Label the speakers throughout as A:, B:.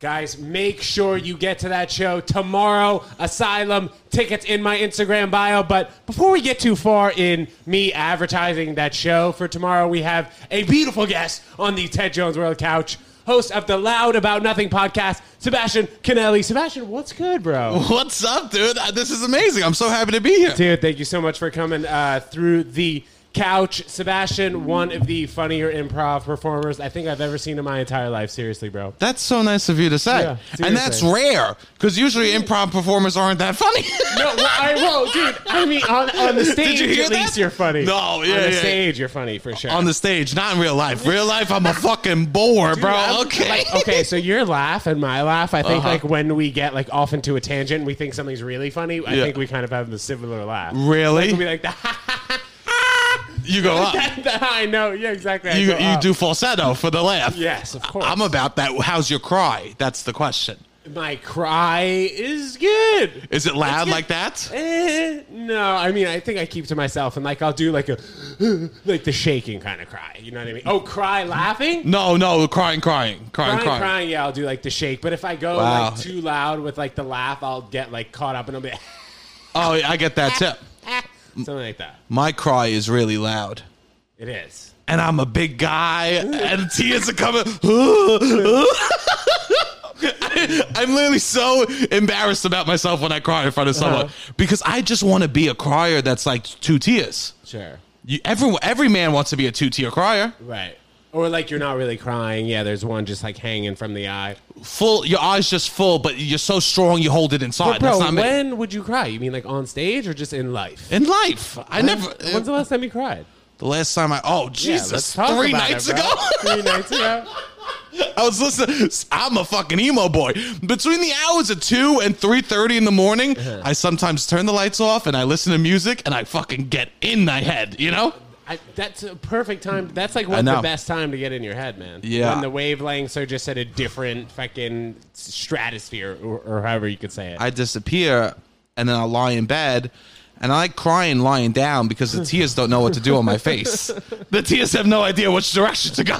A: Guys, make sure you get to that show tomorrow. Asylum tickets in my Instagram bio. But before we get too far in me advertising that show for tomorrow, we have a beautiful guest on the Ted Jones World Couch, host of the Loud About Nothing podcast, Sebastian Canelli. Sebastian, what's good, bro?
B: What's up, dude? Uh, This is amazing. I'm so happy to be here.
A: Dude, thank you so much for coming uh, through the couch. Sebastian, one of the funnier improv performers I think I've ever seen in my entire life. Seriously, bro.
B: That's so nice of you to say.
A: Yeah,
B: and that's
A: seriously.
B: rare because usually improv performers aren't that funny.
A: No, well, I well, dude. I mean, on, on the stage,
B: you hear
A: at
B: that?
A: least you're funny.
B: No, yeah,
A: on the
B: yeah.
A: stage, you're funny for sure.
B: On the stage, not in real life. Real life, I'm a fucking bore,
A: Dude,
B: bro.
A: I'm-
B: okay. Uh-huh.
A: like, okay, so your laugh and my laugh. I think like when we get like off into a tangent, and we think something's really funny. I
B: Yeah.
A: think we kind of have the similar laugh. We'll be
B: really?
A: like,
B: You go up.
A: I know. Yeah, exactly. I
B: You,
A: go,
B: you
A: "Oh."
B: do falsetto for the laugh.
A: Yes, of course.
B: I'm about that. How's your cry? That's the question.
A: my cry is good.
B: Is it loud like that?
A: Eh, no, I mean, I think I keep to myself, and like I'll do like a like the shaking kind of cry. You know what I mean? Oh, cry laughing.
B: No, no, crying, crying, crying,
A: crying,
B: crying.
A: crying, yeah, I'll do like the shake. But if I go
B: Wow.
A: like too loud with like the laugh, I'll get like caught up and I'll be
B: Oh, yeah, I get that tip.
A: something like that.
B: My cry is really loud.
A: It is.
B: and I'm a big guy, and tears are coming. I, I'm literally so embarrassed about myself when I cry in front of someone
A: Uh-huh.
B: because I just want to be a crier that's like two tears.
A: Sure.
B: You, every, every man wants to be a two tier crier.
A: Right. Or like you're not really crying. Yeah, there's one just like hanging from the eye.
B: Full, your eyes just full, but you're so strong you hold it inside.
A: But bro,
B: that's not me.
A: when would you cry? You mean like on stage or just in life?
B: In life, I never.
A: When's the last time you cried?
B: the last time I, oh
A: Yeah,
B: Jesus,
A: let's talk
B: three
A: about it,
B: nights
A: bro.
B: ago.
A: three nights ago.
B: I was listening. I'm a fucking emo boy. Between the hours of two and three thirty in the morning, I sometimes turn the lights off and I listen to music and I fucking get in my head. You know?
A: I, that's a perfect time. That's like what's
B: know.
A: the best time to get in your head, man.
B: Yeah.
A: When the wavelengths are just at a different fucking stratosphere, or, or however you could say it.
B: I disappear and then I lie in bed and I like crying lying down because the tears don't know what to do on my face. The tears have no idea which direction to go.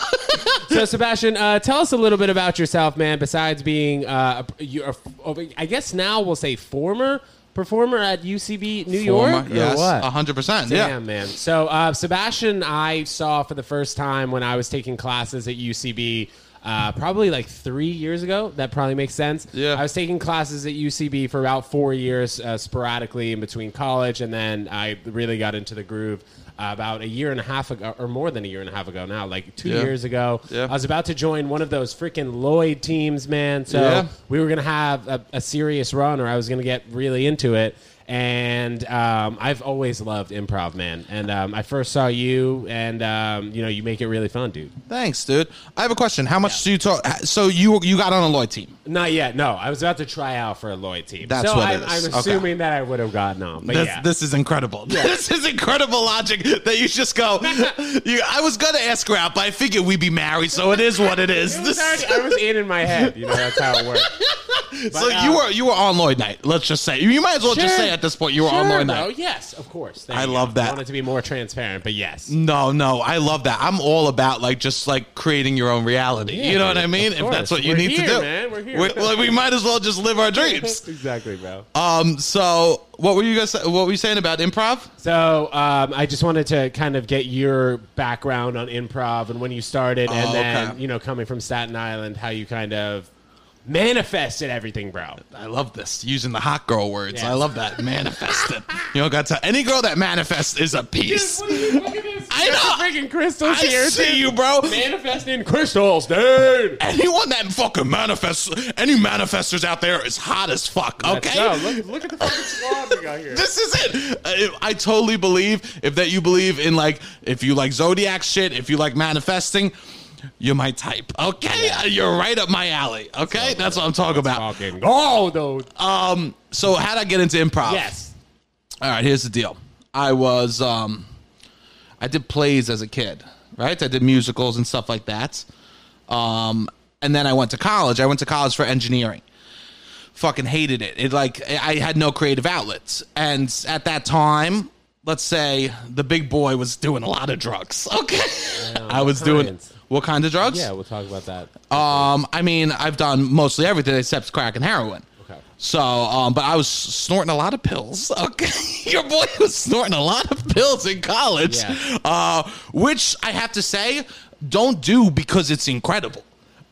A: so, Sebastian, uh, tell us a little bit about yourself, man. Besides being, uh, a- you're, a- oh, I guess now we'll say former performer at UCB New York. or
B: yes, Uh,
A: what?
B: hundred percent.
A: Damn,
B: Yeah.
A: man. So, uh, Sebastian, I saw for the first time when I was taking classes at UCB. Uh, probably like three years ago. That probably makes sense.
B: Yeah.
A: I was taking classes at UCB for about four years, uh, sporadically in between college, and then I really got into the groove uh, about a year and a half ago, or more than a year and a half ago now, like two
B: Yeah.
A: years ago.
B: Yeah.
A: I was about to join one of those freaking Lloyd teams, man. So
B: Yeah.
A: we were going to have a, a serious run or I was going to get really into it. And um, I've always loved improv, man. And um, I first saw you, and um, you know, you make it really fun, dude.
B: Thanks, dude. I have a question. How much do you talk? So you you got on a Lloyd team?
A: Not yet. No, I was about to try out for a Lloyd team.
B: That's
A: so
B: what
A: I'm,
B: it
A: I'm
B: is. Okay.
A: assuming that I would have gotten on. But
B: This,
A: yeah.
B: this is incredible. This is incredible logic that you just go. you, I was gonna ask her out, but I figured we'd be married, so it is what it is.
A: It was
B: This-
A: already- I was in in my head. You know, that's how it works.
B: so
A: but,
B: you
A: uh,
B: were you were on Lloyd night. Let's just say you might as well just
A: Sure.
B: say at this point you were
A: Sure,
B: on Lloyd
A: bro.
B: night.
A: Yes, of course. There
B: I
A: you go.
B: love that.
A: I wanted to be more transparent, but yes.
B: No, no, I love that. I'm all about like just like creating your own reality.
A: Yeah,
B: you know what
A: dude,
B: I mean?
A: of
B: If that's
A: course.
B: what you
A: We're
B: need
A: here,
B: to do,
A: man. We're here.
B: well, we might as well just live our dreams.
A: Exactly, bro.
B: Um. So what were you guys? What were you saying about improv?
A: So um, I just wanted to kind of get your background on improv and when you started, and
B: Oh,
A: then
B: okay.
A: you know coming from Staten Island, how you kind of manifested everything, bro.
B: I love this using the hot girl words.
A: Yeah.
B: I love that manifested. you don't got to any girl that manifests is a piece. I know.
A: Freaking crystals
B: I
A: here,
B: see
A: too.
B: you, bro.
A: Manifesting crystals, dude.
B: Anyone that fucking manifests, any manifestors out there is hot as fuck. Okay.
A: No, look, look at the fucking squad we got here.
B: This is it. I, I totally believe if that you believe in like if you like zodiac shit, if you like manifesting, you're my type. Okay, you're right up my alley. Okay, that's what I'm talking about.
A: Fucking go, dude.
B: Um, so how'd I get into improv?
A: yes.
B: All right, here's the deal. I was um I did plays as a kid, right? I did musicals and stuff like that. Um and then I went to college. I went to college for engineering. Fucking hated it. It like I I had no creative outlets. And at that time, let's say the big boy was doing a lot of drugs. Okay. I was doing
A: kinds?
B: What kind of drugs?
A: Yeah, we'll talk about that.
B: Um, I mean, I've done mostly everything except crack and heroin.
A: Okay.
B: So, um, but I was snorting a lot of pills. Okay, your boy was snorting a lot of pills in college,
A: Yeah.
B: uh, which I have to say, don't do because it's incredible.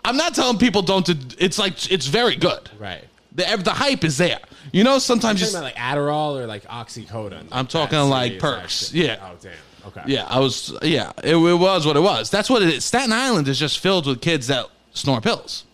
B: I'm not telling people don't. To, it's like it's very good.
A: Right.
B: The the hype is there. You know,
A: Talking
B: sometimes just
A: about like Adderall or like oxycodone.
B: I'm talking
A: that
B: like
A: serious
B: perks.
A: action.
B: Yeah.
A: Oh damn. Okay.
B: yeah. I was yeah. It, it was what it was. That's what it is. Staten Island is just filled with kids that snort pills.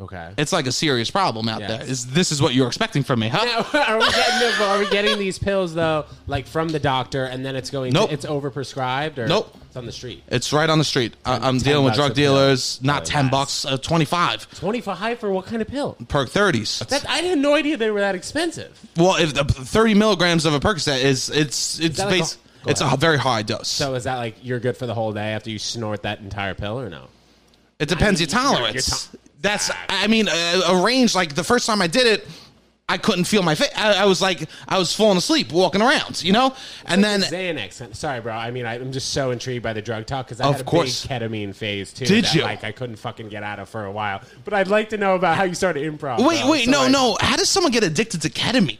A: Okay.
B: It's like a serious problem out
A: Yeah.
B: there. Is this is what you're expecting from me? Huh?
A: Now, are we getting the, are we getting these pills though, like from the doctor, and then it's going?
B: Nope.
A: it's overprescribed or
B: Nope.
A: It's on the street.
B: It's right on the street. I,
A: 10
B: I'm dealing with
A: bucks a
B: drug
A: pill.
B: dealers. Not
A: Oh,
B: ten
A: yes.
B: bucks, uh, twenty five.
A: Twenty for high for what kind of pill?
B: Perk thirties.
A: That I had no idea they were that expensive.
B: Well, if the thirty milligrams of a Percocet is it's it's
A: that like
B: base,
A: a- go
B: it's a
A: ahead.
B: very high dose.
A: So is that like you're good for the whole day after you snort that entire pill or no?
B: it depends
A: I mean,
B: your
A: your- your
B: tolerance.
A: to-
B: That's I mean a, a range. Like the first time I did it, I couldn't feel my face. I, I was like I was falling asleep walking around. You know, and then
A: Xanax. Sorry, bro. I mean, I, I'm just so intrigued by the drug talk because I
B: Of
A: had a
B: course.
A: big ketamine phase too.
B: Did
A: that,
B: you?
A: Like I couldn't fucking get out of for a while. But I'd like to know about how you started improv.
B: wait
A: bro.
B: wait
A: So,
B: no
A: like,
B: no. How does someone get addicted to ketamine?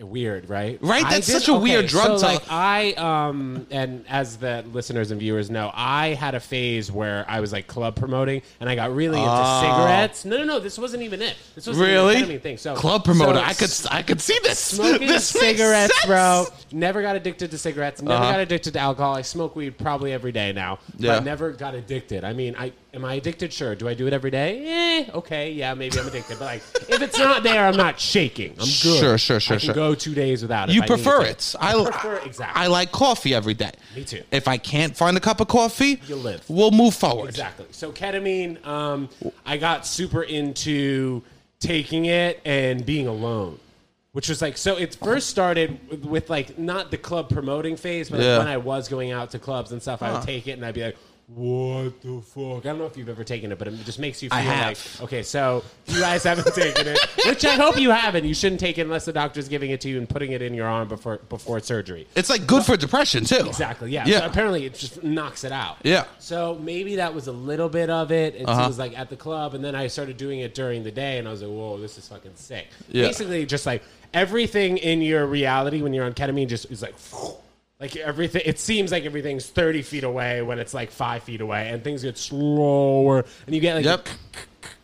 A: weird, right?
B: Right?
A: I
B: That's such a weird drug
A: so,
B: type.
A: Like, I um, and as the listeners and viewers know, I had a phase where I was like club promoting, and I got really into cigarettes. No, no, no, this wasn't even it. This was
B: Oh. Really?
A: the ketamine thing. So
B: Club promoter.
A: so
B: I could I could see this.
A: smoking
B: this makes
A: cigarettes,
B: sense. Uh-huh.
A: bro. Never got addicted to cigarettes. Never got addicted to alcohol. I smoke weed probably every day now.
B: Yeah.
A: But never got addicted. I mean, I am I addicted? Sure. Do I do it every day? Eh, okay, yeah, maybe I'm addicted. but like, if it's not there, I'm not shaking. I'm good.
B: Sure, sure, sure,
A: I can
B: sure.
A: Go two days without it.
B: You
A: if I
B: prefer
A: needed
B: it.
A: to.
B: I,
A: prefer it, exactly.
B: I like coffee every day.
A: Me too.
B: If I can't find a cup of coffee,
A: You live.
B: We'll move forward.
A: Exactly. So ketamine, um, I got super into taking it and being alone, which was like so. It first started with, with like not the club promoting phase, but like,
B: Yeah.
A: when I was going out to clubs and stuff, I would take it and I'd be like. What the fuck? I don't know if you've ever taken it, but it just makes you feel
B: I have.
A: like okay. So if you guys haven't taken it, which I hope you haven't. You shouldn't take it unless the doctor's giving it to you and putting it in your arm before before surgery.
B: It's like good for depression too.
A: Exactly. Yeah.
B: Yeah.
A: So apparently, it just knocks it out.
B: Yeah. Uh-huh.
A: So maybe that was a little bit of it. It was like at the club, and then I started doing it during the day, and I was like, "Whoa, this is fucking sick."
B: Yeah.
A: Basically, just like everything in your reality when you're on ketamine, just is like. Like everything, it seems like everything's thirty feet away when it's like five feet away, and things get slower, and you get like
B: Yep.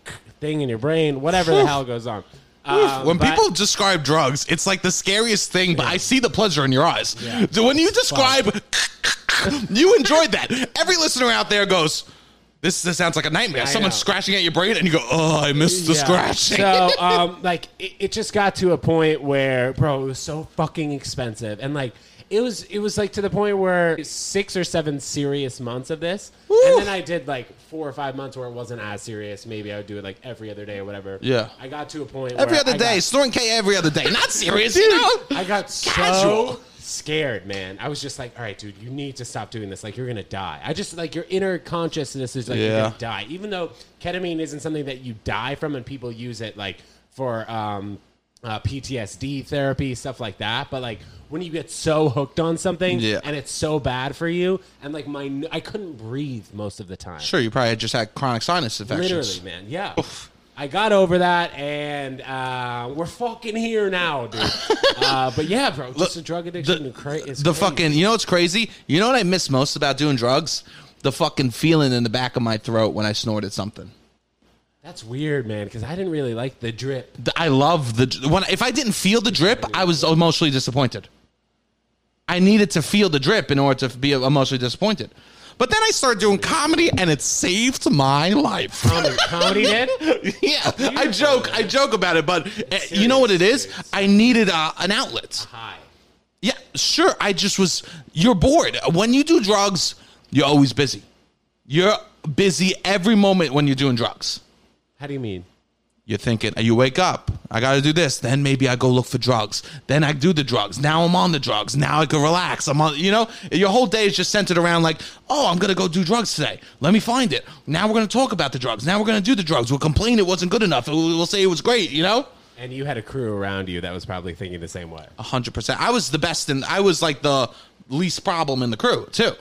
A: a thing in your brain, whatever the
B: Whew.
A: hell goes on. Um,
B: when
A: but-
B: people describe drugs, it's like the scariest thing, but I see the pleasure in your eyes.
A: Yeah.
B: So When you describe, you enjoyed that. Every listener out there goes, "This this sounds like a nightmare."
A: I
B: Someone's
A: know.
B: scratching at your brain, and you go, "Oh, I missed the
A: Yeah.
B: scratching."
A: So, um, like, it, it just got to a point where, bro, it was so fucking expensive, and like, it was, it was like to the point where six or seven serious months of this,
B: Woo.
A: and then I did like four or five months where it wasn't as serious. Maybe I would do it like every other day or whatever.
B: Yeah.
A: I got to a point
B: every
A: where
B: other
A: I
B: day,
A: got-
B: snoring K every other day. Not serious, you know.
A: I got so
B: Casual.
A: scared, man. I was just like, all right, dude, you need to stop doing this. Like, you're going to die. I just, like, your inner consciousness is like, you're
B: Yeah.
A: going to die. Even though ketamine isn't something that you die from, and people use it, like, for um, uh, PTSD therapy, stuff like that. But, like, when you get so hooked on something
B: Yeah.
A: and it's so bad for you, and, like, my, n- I couldn't breathe most of the time.
B: Sure, you probably just had chronic sinus infections.
A: Literally, man. Yeah. I got over that, and uh, we're fucking here now, dude. uh, but yeah, bro, just a drug addiction.
B: the-
A: is cra- is
B: the
A: crazy.
B: fucking you know what's crazy you know what i miss most about doing drugs the fucking feeling in the back of my throat when i snorted something
A: That's weird, man. Because I didn't really like the drip.
B: The- i love the when if i didn't feel the drip i was emotionally disappointed i needed to feel the drip in order to be emotionally disappointed but then i started doing comedy and it saved my life
A: Comedy, comedy did.
B: yeah i joke i joke about it but uh, you know what it is
A: Serious.
B: i needed uh, an outlet
A: Hi.
B: Yeah, sure. I just was. You're bored when you do drugs. You're always busy. You're busy every moment when you're doing drugs.
A: How do you mean?
B: You're thinking. You wake up. I got to do this. Then maybe I go look for drugs. Then I do the drugs. Now I'm on the drugs. Now I can relax. I'm on. You know, your whole day is just centered around like, oh, I'm gonna go do drugs today. Let me find it. Now we're gonna talk about the drugs. Now we're gonna do the drugs. We'll complain it wasn't good enough. We'll we'll say it was great. You know.
A: And you had a crew around you that was probably thinking the same way.
B: hundred percent. I was the best, and I was like the least problem in the crew too.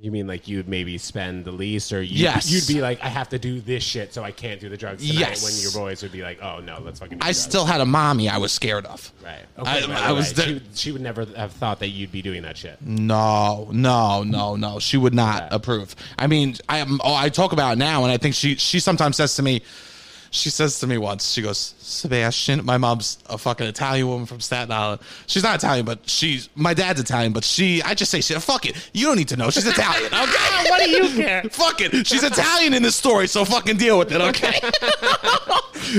A: You mean like you'd maybe spend the lease, or you,
B: Yes.
A: you'd be like, I have to do this shit, so I can't do the drugs tonight.
B: Yes.
A: When your boys would be like, Oh no, let's fucking. Do
B: I
A: drugs.
B: still had a mommy I was scared of.
A: Right.
B: I-
A: Okay. right,
B: I was
A: right.
B: there-
A: She, she would never have thought that you'd be doing that shit.
B: No, no, no, no. She would not approve. I mean, I am. Oh, I talk about it now, and I think she she sometimes says to me, she says to me once, she goes, Sebastian. My mom's a fucking Italian woman from Staten Island. She's not Italian, but she's my dad's Italian. But she, I just say shit. Fuck it. You don't need to know. She's Italian. Okay.
A: What do you care?
B: Fuck it. She's Italian in this story, so fucking deal with it, okay?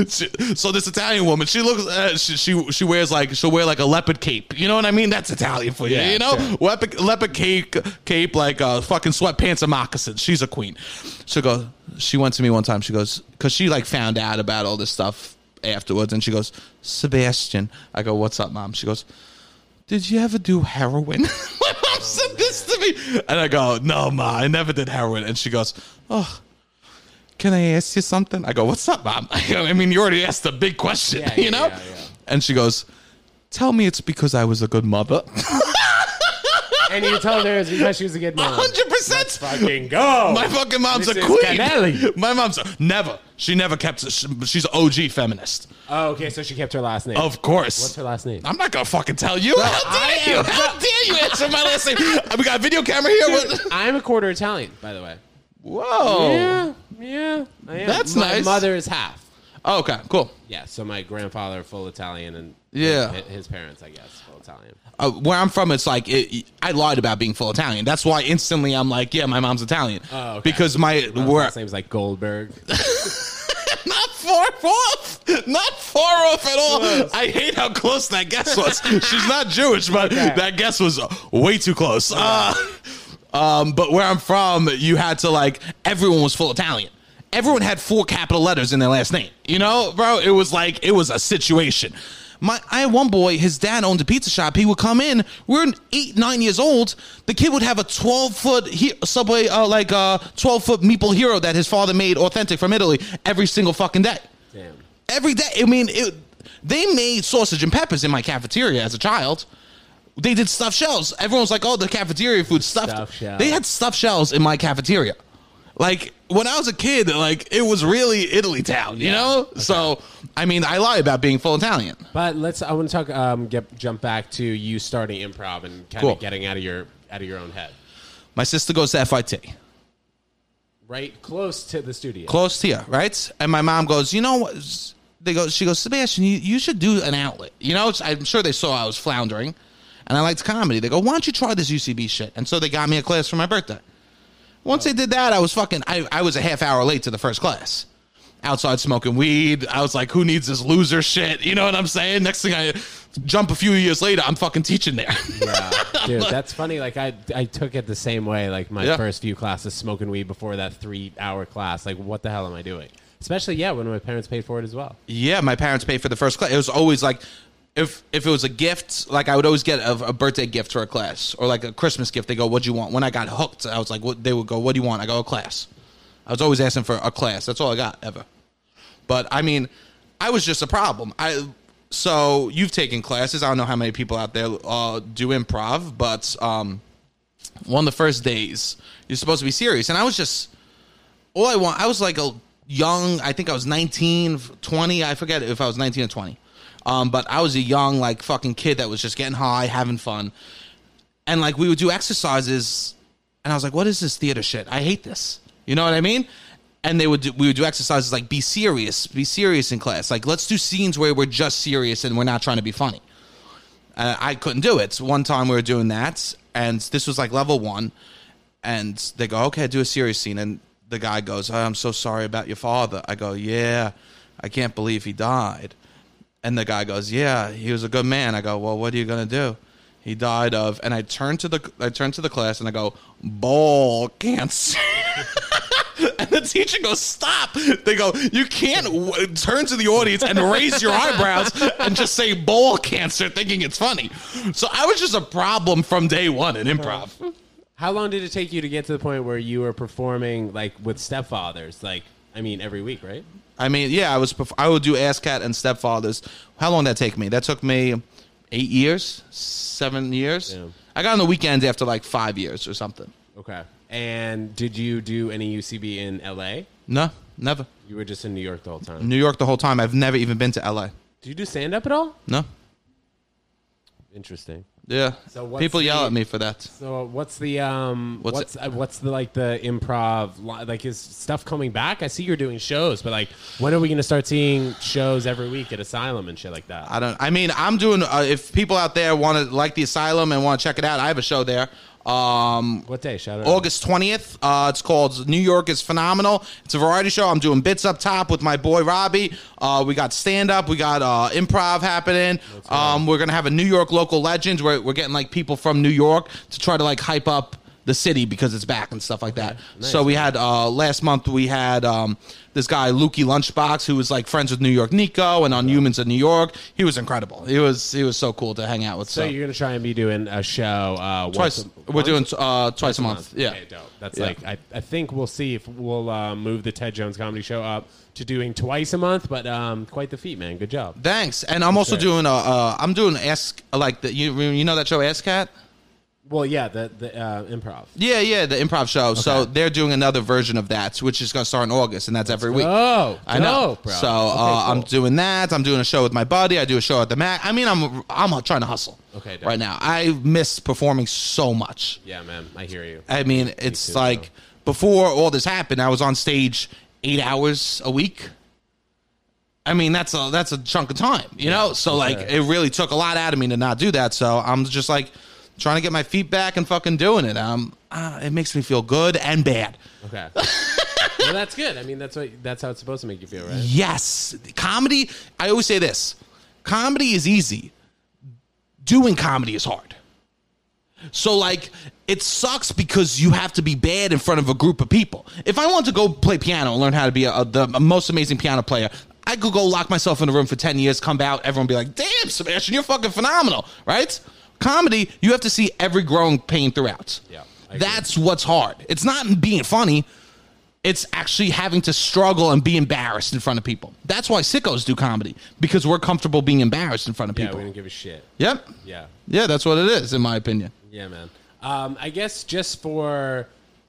B: She- so this Italian woman, she looks, uh, she, she she wears like she'll wear like a leopard cape. You know what I mean? That's Italian for you,
A: Yeah,
B: you know?
A: sure.
B: Leopard, leopard cape, cape like uh, fucking sweatpants and moccasins. She's a queen. She go. She went to me one time. She goes because she like found out about all this stuff afterwards, and she goes, Sebastian. I go, what's up, mom? She goes did you ever do heroin? My
A: Oh,
B: mom said this to me. And I go, no, ma, I never did heroin. And she goes, oh, can I ask you something? I go, what's up, mom? I, go, I mean, you already asked a big question,
A: Yeah, yeah,
B: you know?
A: yeah, yeah.
B: And she goes, tell me it's because I was a good mother.
A: And you told her it's because she was a good mom.
B: 100%.
A: Fucking go.
B: My fucking mom's
A: Mrs.
B: a queen.
A: Canelli.
B: My mom's a, never. She never kept. She's an OG feminist,
A: Oh, okay. So she kept her last name.
B: of course.
A: What's her last name?
B: I'm not gonna fucking tell you. How dare
A: I
B: you?
A: am-
B: How dare you answer my last name? We got a video camera here. What-
A: I'm a quarter Italian, by the way.
B: Whoa.
A: Yeah, yeah. I am.
B: That's
A: my
B: nice.
A: mother is half.
B: Oh, okay, cool.
A: Yeah, so my grandfather full Italian and
B: Yeah.
A: his, his parents, I guess, full Italian.
B: Uh, where I'm from, it's like it, I lied about being full Italian. That's why instantly I'm like, yeah, my mom's Italian.
A: Oh, okay.
B: Because my
A: His
B: we're
A: last name's like Goldberg.
B: not far off, not far off at all.
A: Close.
B: I hate how close that guess was. She's not Jewish, but that guess was way too close. Uh, um, but where I'm from, you had to like everyone was full Italian. Everyone had four capital letters in their last name. You know, bro, it was like it was a situation. My, I had one boy. His dad owned a pizza shop. He would come in. We're eight, nine years old. The kid would have a twelve foot he- subway, uh, like uh, twelve foot meeple hero that his father made authentic from Italy every single fucking day
A: Damn.
B: every day. I mean, it, they made sausage and peppers in my cafeteria as a child. They did stuffed shells. Everyone's like, "Oh, the cafeteria food stuffed."
A: Stuffed shells.
B: They had stuffed shells in my cafeteria. Like when I was a kid, like it was really Italy town, you
A: Yeah.
B: know. So I mean, I lie about being full Italian.
A: But let's. I want to talk. Um, get, jump back to you starting improv and kind
B: Cool.
A: of getting out of your out of your own head.
B: My sister goes to FIT,
A: Right close to the studio.
B: close to you, right? And my mom goes, "You know what?" They go, she goes, "Sebastian, you, you should do an outlet." You know, I'm sure they saw I was floundering, and I liked comedy. They go, "Why don't you try this UCB shit?" And so they got me a class for my birthday. Once they did that, I was fucking. I, I was a half hour late to the first class. Outside smoking weed. I was like, who needs this loser shit? You know what I'm saying? Next thing I jump a few years later, I'm fucking teaching there.
A: Yeah. Dude, that's funny. Like I, I took it the same way. Like my
B: Yeah.
A: first few classes, smoking weed before that three-hour class. Like, what the hell am I doing? Especially, yeah, when my parents paid for it as well.
B: yeah, my parents paid for the first class. It was always like, if if it was a gift, like I would always get a, a birthday gift for a class or like a Christmas gift. They go, "What do you want?" When I got hooked, I was like, "What?" They would go, "What do you want?" I go, "A class." I was always asking for a class. That's all I got ever. But I mean, I was just a problem. I so you've taken classes. I don't know how many people out there uh, do improv, but um, one of the first days you're supposed to be serious, and I was just all I want. I was like a young. I think I was 19, 20. I forget if I was nineteen or twenty. Um, but I was a young like fucking kid that was just getting high, having fun, and like we would do exercises, and I was like, "What is this theater shit? I hate this." You know what I mean? And they would do, we would do exercises like be serious, be serious in class. Like let's do scenes where we're just serious and we're not trying to be funny. Uh, I couldn't do it. One time we were doing that, and this was like level one, and they go, "Okay, do a serious scene." And the guy goes, "Oh, "I'm so sorry about your father." I go, "Yeah, I can't believe he died." And the guy goes, "Yeah, he was a good man." I go, "Well, what are you gonna do?" He died of, and I turned to the I turned to the class and I go, "Ball cancer." And the teacher goes, "Stop!" They go, "You can't w- turn to the audience and raise your eyebrows and just say bowl cancer, thinking it's funny." So I was just a problem from day one in improv.
A: How long did it take you to get to the point where you were performing like with stepfathers? Like, I mean, every week, right?
B: I mean, yeah, I was. perf- I would do Ass Cat and Stepfathers. How long did that take me? That took me eight years, seven years.
A: Yeah.
B: I got on the weekends after like five years or something.
A: Okay. And did you do any UCB in LA?
B: No, never.
A: You were just in New York the whole time.
B: New York the whole time. I've never even been to LA.
A: Did you do stand up at all?
B: No.
A: Interesting.
B: Yeah.
A: So what's
B: People yell
A: the-
B: at me for that.
A: So what's the um
B: What's
A: what's uh, what's the like the improv li- like is stuff coming back? I see you're doing shows, but like when are we going to start seeing shows every week at Asylum and shit like that?
B: I don't. I mean, I'm doing. Uh, if people out there want to like the asylum and want to check it out, I have a show there. Um,
A: what day? Shout out.
B: August 20th. Uh, it's called New York is Phenomenal. It's a variety show. I'm doing bits up top with my boy Robbie. Uh, we got stand up, we got uh, improv happening. Um, we're going to have a New York local legends. We're, we're getting like people from New York to try to like hype up the city because it's back and stuff like that. So we had uh, last month we had um, this guy Lukey Lunchbox who was like friends with New York Nico and on Humans of New York. He was incredible. He was he was so cool to hang out with.
A: So
B: So,
A: you're going to try and be doing a show uh
B: twice
A: once a-
B: we're
A: once
B: doing uh, twice, a month. Yeah.
A: Okay, dope. That's
B: Yeah.
A: like I, I think we'll see if we'll uh, move the Ted Jones comedy show up to doing twice a month, but um, quite the feat, man. Good job.
B: Thanks. And I'm also
A: Okay.
B: doing a, uh, I'm doing ask like the you you know that show Ask Cat?
A: Well, yeah, the the uh, improv.
B: Yeah, yeah, the improv show. So they're doing another version of that, which is going to start in August, and that's every week.
A: Oh,
B: I know.
A: dope, bro.
B: So
A: Okay,
B: uh, I'm
A: cool.
B: doing that. I'm doing a show with my buddy. I do a show at the Mac. I mean, I'm I'm trying to hustle.
A: Okay, dope.
B: Right now, I miss performing so much.
A: Yeah, man. I hear you.
B: I mean, it's
A: too,
B: like
A: bro.
B: before all this happened, I was on stage eight hours a week. I mean, that's a that's a chunk of time, you know. So like,
A: sure.
B: it really took a lot out of me to not do that. So I'm just like trying to get my feet back and fucking doing it. Um, uh, it makes me feel good and bad.
A: Okay. well, that's good. I mean, that's what that's how it's supposed to make you feel, right?
B: Yes, comedy. I always say this: comedy is easy. Doing comedy is hard. So like it sucks because you have to be bad in front of a group of people. If I want to go play piano and learn how to be a, a- the most amazing piano player, I could go lock myself in a room for 10 years, come out, everyone be like, "Damn, Sebastian, you're fucking phenomenal." Right? Comedy, you have to see every growing pain throughout.
A: Yeah, I agree.
B: That's what's hard. It's not being funny. It's actually having to struggle and be embarrassed in front of people. That's why sickos do comedy because we're comfortable being embarrassed in front of
A: Yeah,
B: people.
A: we don't give a shit.
B: yep.
A: Yeah.
B: Yeah, that's what it is in my opinion.
A: Yeah, man. Um, I guess just for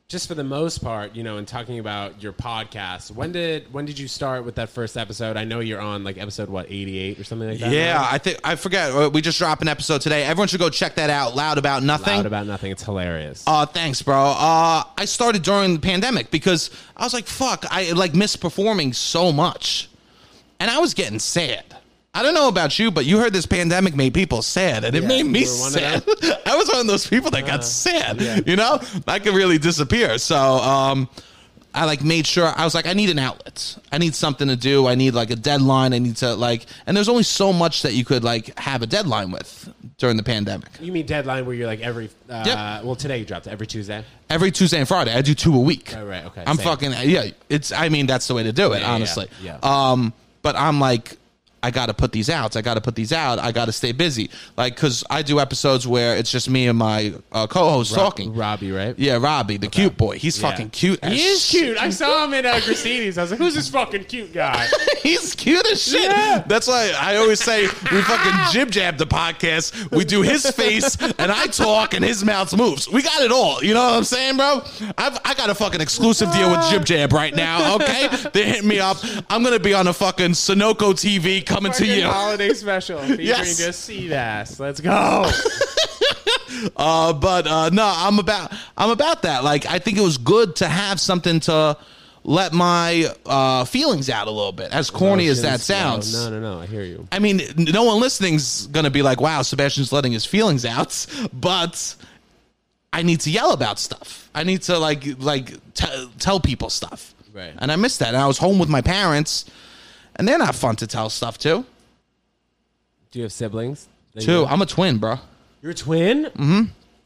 A: just for the most part, you know, in talking about your podcast, when did when did you start with that first episode? I know you're on like episode what eighty eight or something like that.
B: Yeah,
A: now?
B: I think I forget. Uh, We just dropped an episode today. Everyone should go check that out. Loud about nothing.
A: Loud about nothing. It's hilarious.
B: uh, thanks, bro. Uh, I started during the pandemic because I was like, "Fuck!" I like missed performing so much, and I was getting sad. I don't know about you, but you heard this pandemic made people sad, and it
A: Yeah,
B: made me
A: you were one of
B: sad. I was one of those people that got sad.
A: yeah.
B: You know, I could really disappear. So, um, I like made sure I was like, I need an outlet. I need something to do. I need like a deadline. I need to like, and there's only so much that you could like have a deadline with during the pandemic.
A: you mean deadline where you're like every uh,
B: Yep.
A: well today you dropped it, every Tuesday.
B: every Tuesday and Friday. I do two a week.
A: Oh, right, okay,
B: I'm
A: same.
B: fucking yeah. It's I mean that's the way to do it,
A: yeah,
B: honestly.
A: yeah.
B: Um, but I'm like, I got to put these out. I got to put these out. I got to stay busy. Like, cause I do episodes where it's just me and my uh, co-host talking.
A: Robbie, right?
B: Yeah, Robbie, the cute boy. He's
A: Yeah.
B: fucking cute. as
A: He is
B: shit.
A: cute. I saw him in uh, Grassini's. I was like, "Who's this fucking cute guy?"
B: He's cute as shit.
A: Yeah.
B: That's why I always say we fucking jib jab the podcast. We do his face and I talk and his mouth moves. We got it all. You know what I'm saying, bro? I've, I got a fucking exclusive deal with jib jab right now. Okay, they hit me up. I'm gonna be on a fucking Sunoco TV coming to
A: Fucking
B: you.
A: holiday special featuring
B: Yes.
A: just sea bass. Let's go.
B: Uh, but uh, no, I'm about I'm about that. Like I think it was good to have something to let my uh, feelings out a little bit. As corny as that
A: Emotions flow.
B: sounds.
A: No, no, no. I hear you.
B: I mean, no one listening's gonna be like, "Wow, Sebastian's letting his feelings out," but I need to yell about stuff. I need to like like t- tell people stuff.
A: Right.
B: And I missed that. And I was home with my parents, and they're not fun to tell stuff to.
A: Do you have siblings?
B: Too. I'm a twin, bro.
A: You're a twin? Mm-hmm.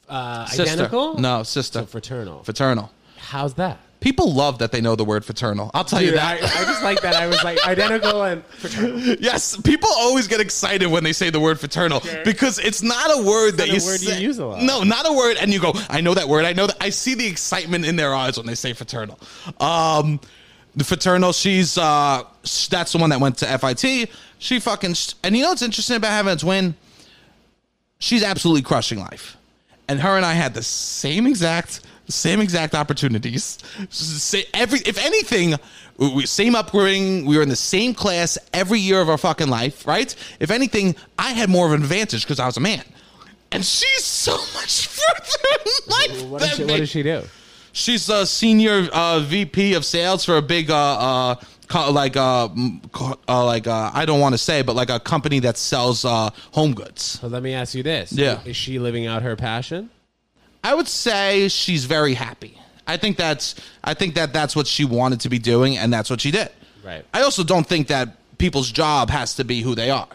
A: Uh,
B: Sister.
A: identical?
B: No, sister.
A: So fraternal.
B: fraternal.
A: How's that?
B: People love that they know the word fraternal. I'll tell you
A: Dude, I,
B: that.
A: I just like that. I was like identical and fraternal.
B: yes, people always get excited when they say the word fraternal because it's not a word that
A: not a
B: you,
A: word you
B: say-
A: use a lot.
B: No, not a word, and you go, I know that word. I know that. I see the excitement in their eyes when they say fraternal. Um, the fraternal, she's uh, sh- that's the one that went to FIT. She fucking sh- and you know what's interesting about having a twin? She's absolutely crushing life, and her and I had the same exact same exact opportunities. Say every if anything, we- we- same upbringing. We were in the same class every year of our fucking life, right? If anything, I had more of an advantage because I was a man, and she's so much further in life
A: What
B: than
A: does, she,
B: me.
A: what does she do?
B: She's a senior uh, VP of sales for a big, uh, uh, co- like, uh, m- co- uh, like uh, I don't want to say, but like a company that sells uh, home goods.
A: So let me ask you this.
B: Yeah.
A: Is she living out her passion?
B: I would say she's very happy. I think that's, I think that that's what she wanted to be doing, and that's what she did.
A: Right.
B: I also don't think that people's job has to be who they are.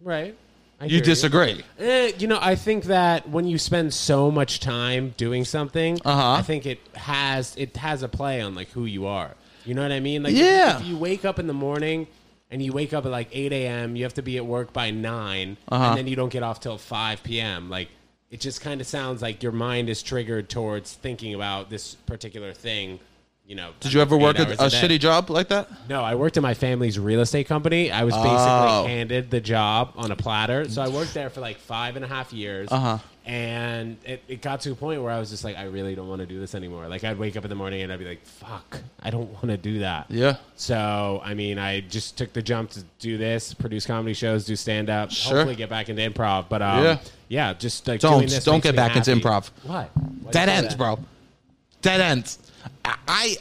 A: Right. I hear
B: You disagree?
A: Eh, you know, I think that when you spend so much time doing something,
B: Uh-huh.
A: I think it has it has a play on like who you are. You know what I mean? Like,
B: Yeah.
A: If you wake up in the morning and you wake up at like eight a.m., you have to be at work by 9
B: Uh-huh.
A: and then you don't get off till five p.m. Like, it just kind of sounds like your mind is triggered towards thinking about this particular thing. You know?
B: Did you ever work
A: at
B: at a shitty job like that?
A: No, I worked at my family's real estate company. I was basically
B: Oh.
A: handed the job on a platter. So I worked there for like five and a half years. Uh-huh. And it, it got to a point where I was just like, I really don't want to do this anymore. Like, I'd wake up in the morning and I'd be like, fuck, I don't want to do that.
B: Yeah.
A: So, I mean, I just took the jump to do this, produce comedy shows, do stand up,
B: Sure.
A: hopefully get back into improv. But um,
B: Yeah.
A: yeah. just like
B: Don't-
A: doing this
B: don't
A: makes
B: get
A: me
B: back into
A: happy.
B: improv.
A: What? Why'd you
B: dead
A: say
B: ends,
A: that?
B: bro. Dead ends. I,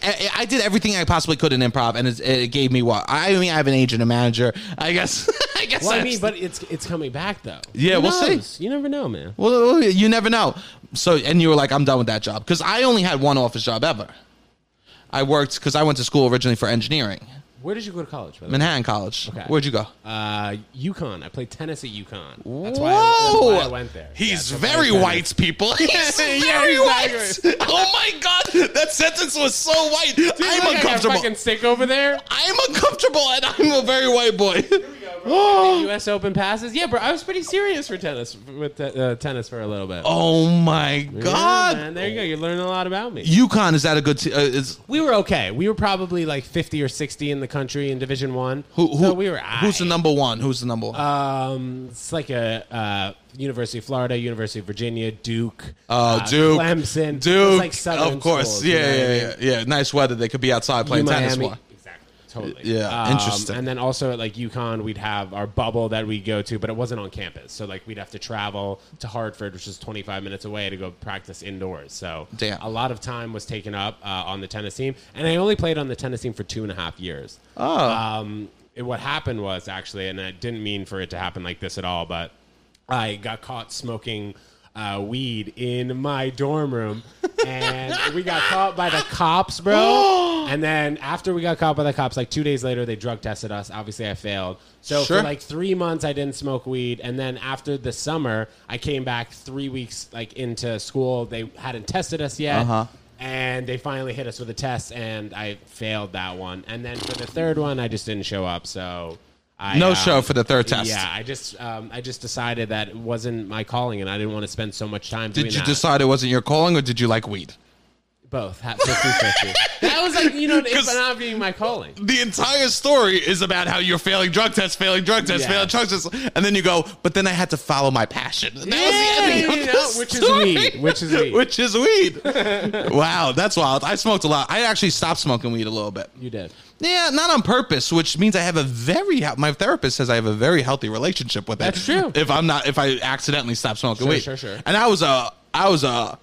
B: I I did everything I possibly could in improv, and it, it gave me what I mean. I have an agent, a manager. I guess. I guess.
A: Well, I
B: that's-
A: mean, but it's it's coming back though.
B: Yeah,
A: Who
B: we'll see.
A: knows? You never know, man.
B: well, you never know. So, and you were like, "I'm done with that job," because I only had one office job ever. I worked because I went to school originally for engineering,
A: Where did you go to college? By the way?
B: Manhattan College.
A: Okay.
B: Where'd you go?
A: Uh, UConn. I played tennis at UConn. That's
B: That's
A: why, I, that's why I went there.
B: He's
A: Yeah, to play
B: very
A: tennis.
B: white, people. He's
A: Yeah,
B: very
A: exactly.
B: white. Oh my god, that sentence was so white.
A: Dude,
B: I'm
A: look, I got
B: uncomfortable.
A: fucking sick over there.
B: I'm uncomfortable and I'm a very white boy.
A: U.S. Open passes. Yeah, bro. I was pretty serious for tennis with te- uh, tennis for a little bit.
B: oh my
A: Yeah,
B: god.
A: man, there you go. You're learning a lot about me.
B: Yukon is that a good te- uh, is
A: We were okay. We were probably like 50 or 60 in the country in Division One.
B: who, who
A: so we were.
B: Who's the
A: aight.
B: number 1? Who's the number 1?
A: Um, it's like a uh, University of Florida, University of Virginia, Duke.
B: Oh,
A: uh,
B: Duke.
A: Clemson,
B: Duke.
A: It's like Southern
B: of course.
A: schools, you know
B: yeah,
A: what I
B: yeah,
A: mean?
B: yeah, yeah. Nice weather. They could be outside playing tennis
A: Miami.
B: more.
A: Exactly. Totally.
B: Yeah, interesting.
A: Um, And then also at like UConn, we'd have our bubble that we'd go to, but it wasn't on campus. So like we'd have to travel to Hartford, which is 25 minutes away, to go practice indoors. So
B: Damn.
A: a lot of time was taken up uh, on the tennis team, and I only played on the tennis team for two and a half years.
B: Oh.
A: Um, it- what happened was actually, and I didn't mean for it to happen like this at all, but I got caught smoking uh, weed in my dorm room, and we got caught by the cops, bro. and then after we got caught by the cops, like two days later, they drug tested us. Obviously, I failed. So
B: Sure.
A: for like three months, I didn't smoke weed, and then after the summer, I came back three weeks like into school. They hadn't tested us yet
B: Uh-huh.
A: and they finally hit us with a test, and I failed that one. And then for the third one, I just didn't show up. So I
B: No
A: um,
B: show for the third test.
A: Yeah, I just um, I just decided that it wasn't my calling, and I didn't want to spend so much time.
B: Did
A: doing
B: you
A: that.
B: decide it wasn't your calling or did you like weed?
A: both ha- 50-50. that was like you know it's
B: 'Cause-
A: not being my calling.
B: the entire story is about how you're failing drug tests, failing drug tests,
A: Yeah.
B: failing drug tests, and then you go, but then I had to follow my passion. And that was the
A: Yeah,
B: ending of
A: you
B: the
A: know, which is
B: story.
A: weed, which is weed.
B: which is weed. wow, that's wild. I smoked a lot. I actually stopped smoking weed a little bit.
A: You did.
B: Yeah, not on purpose, which means I have a very hea- my therapist says I have a very healthy relationship with it.
A: That's true.
B: If I'm not if I accidentally stop smoking
A: Sure,
B: weed.
A: sure, sure.
B: And I was a I was a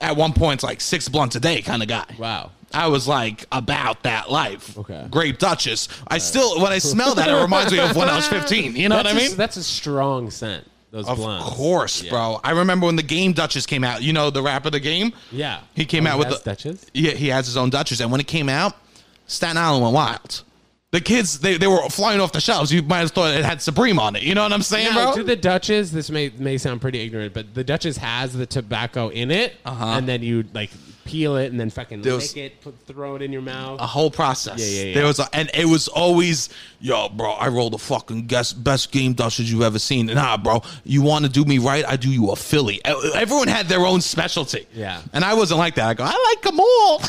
B: at one point like six blunts a day kind of guy.
A: Wow.
B: I was like about that life.
A: Okay.
B: Grape Duchess. I still when I smell that it reminds me of when I was 15. You know
A: that's
B: what I
A: a-
B: mean?
A: that's a strong scent. Those
B: of
A: blondes.
B: course, bro. I remember when the game Duchess came out. You know the rapper the game?
A: Yeah.
B: He came
A: Oh,
B: out with
A: that's
B: the
A: Dutchess?
B: Yeah, he has his own Duchess and when it came out, Staten Island went wild. The kids they, they were flying off the shelves. You might have thought it had Supreme on it. You know what I'm saying,
A: Now,
B: bro?
A: do the Duchess? This may may sound pretty ignorant, but the Duchess has the tobacco in it,
B: Uh-huh.
A: and then you like peel it and then fucking
B: There was-
A: lick it, put, throw it in your mouth.
B: a whole process.
A: Yeah, yeah, yeah.
B: There was, a, and it was always, yo, bro. I roll the fucking best, best game dushes you've ever seen. Nah, bro. You want to do me right? I do you a Philly. E- Everyone had their own specialty.
A: Yeah. Uh-huh.
B: and I wasn't like that. I go, I like them all.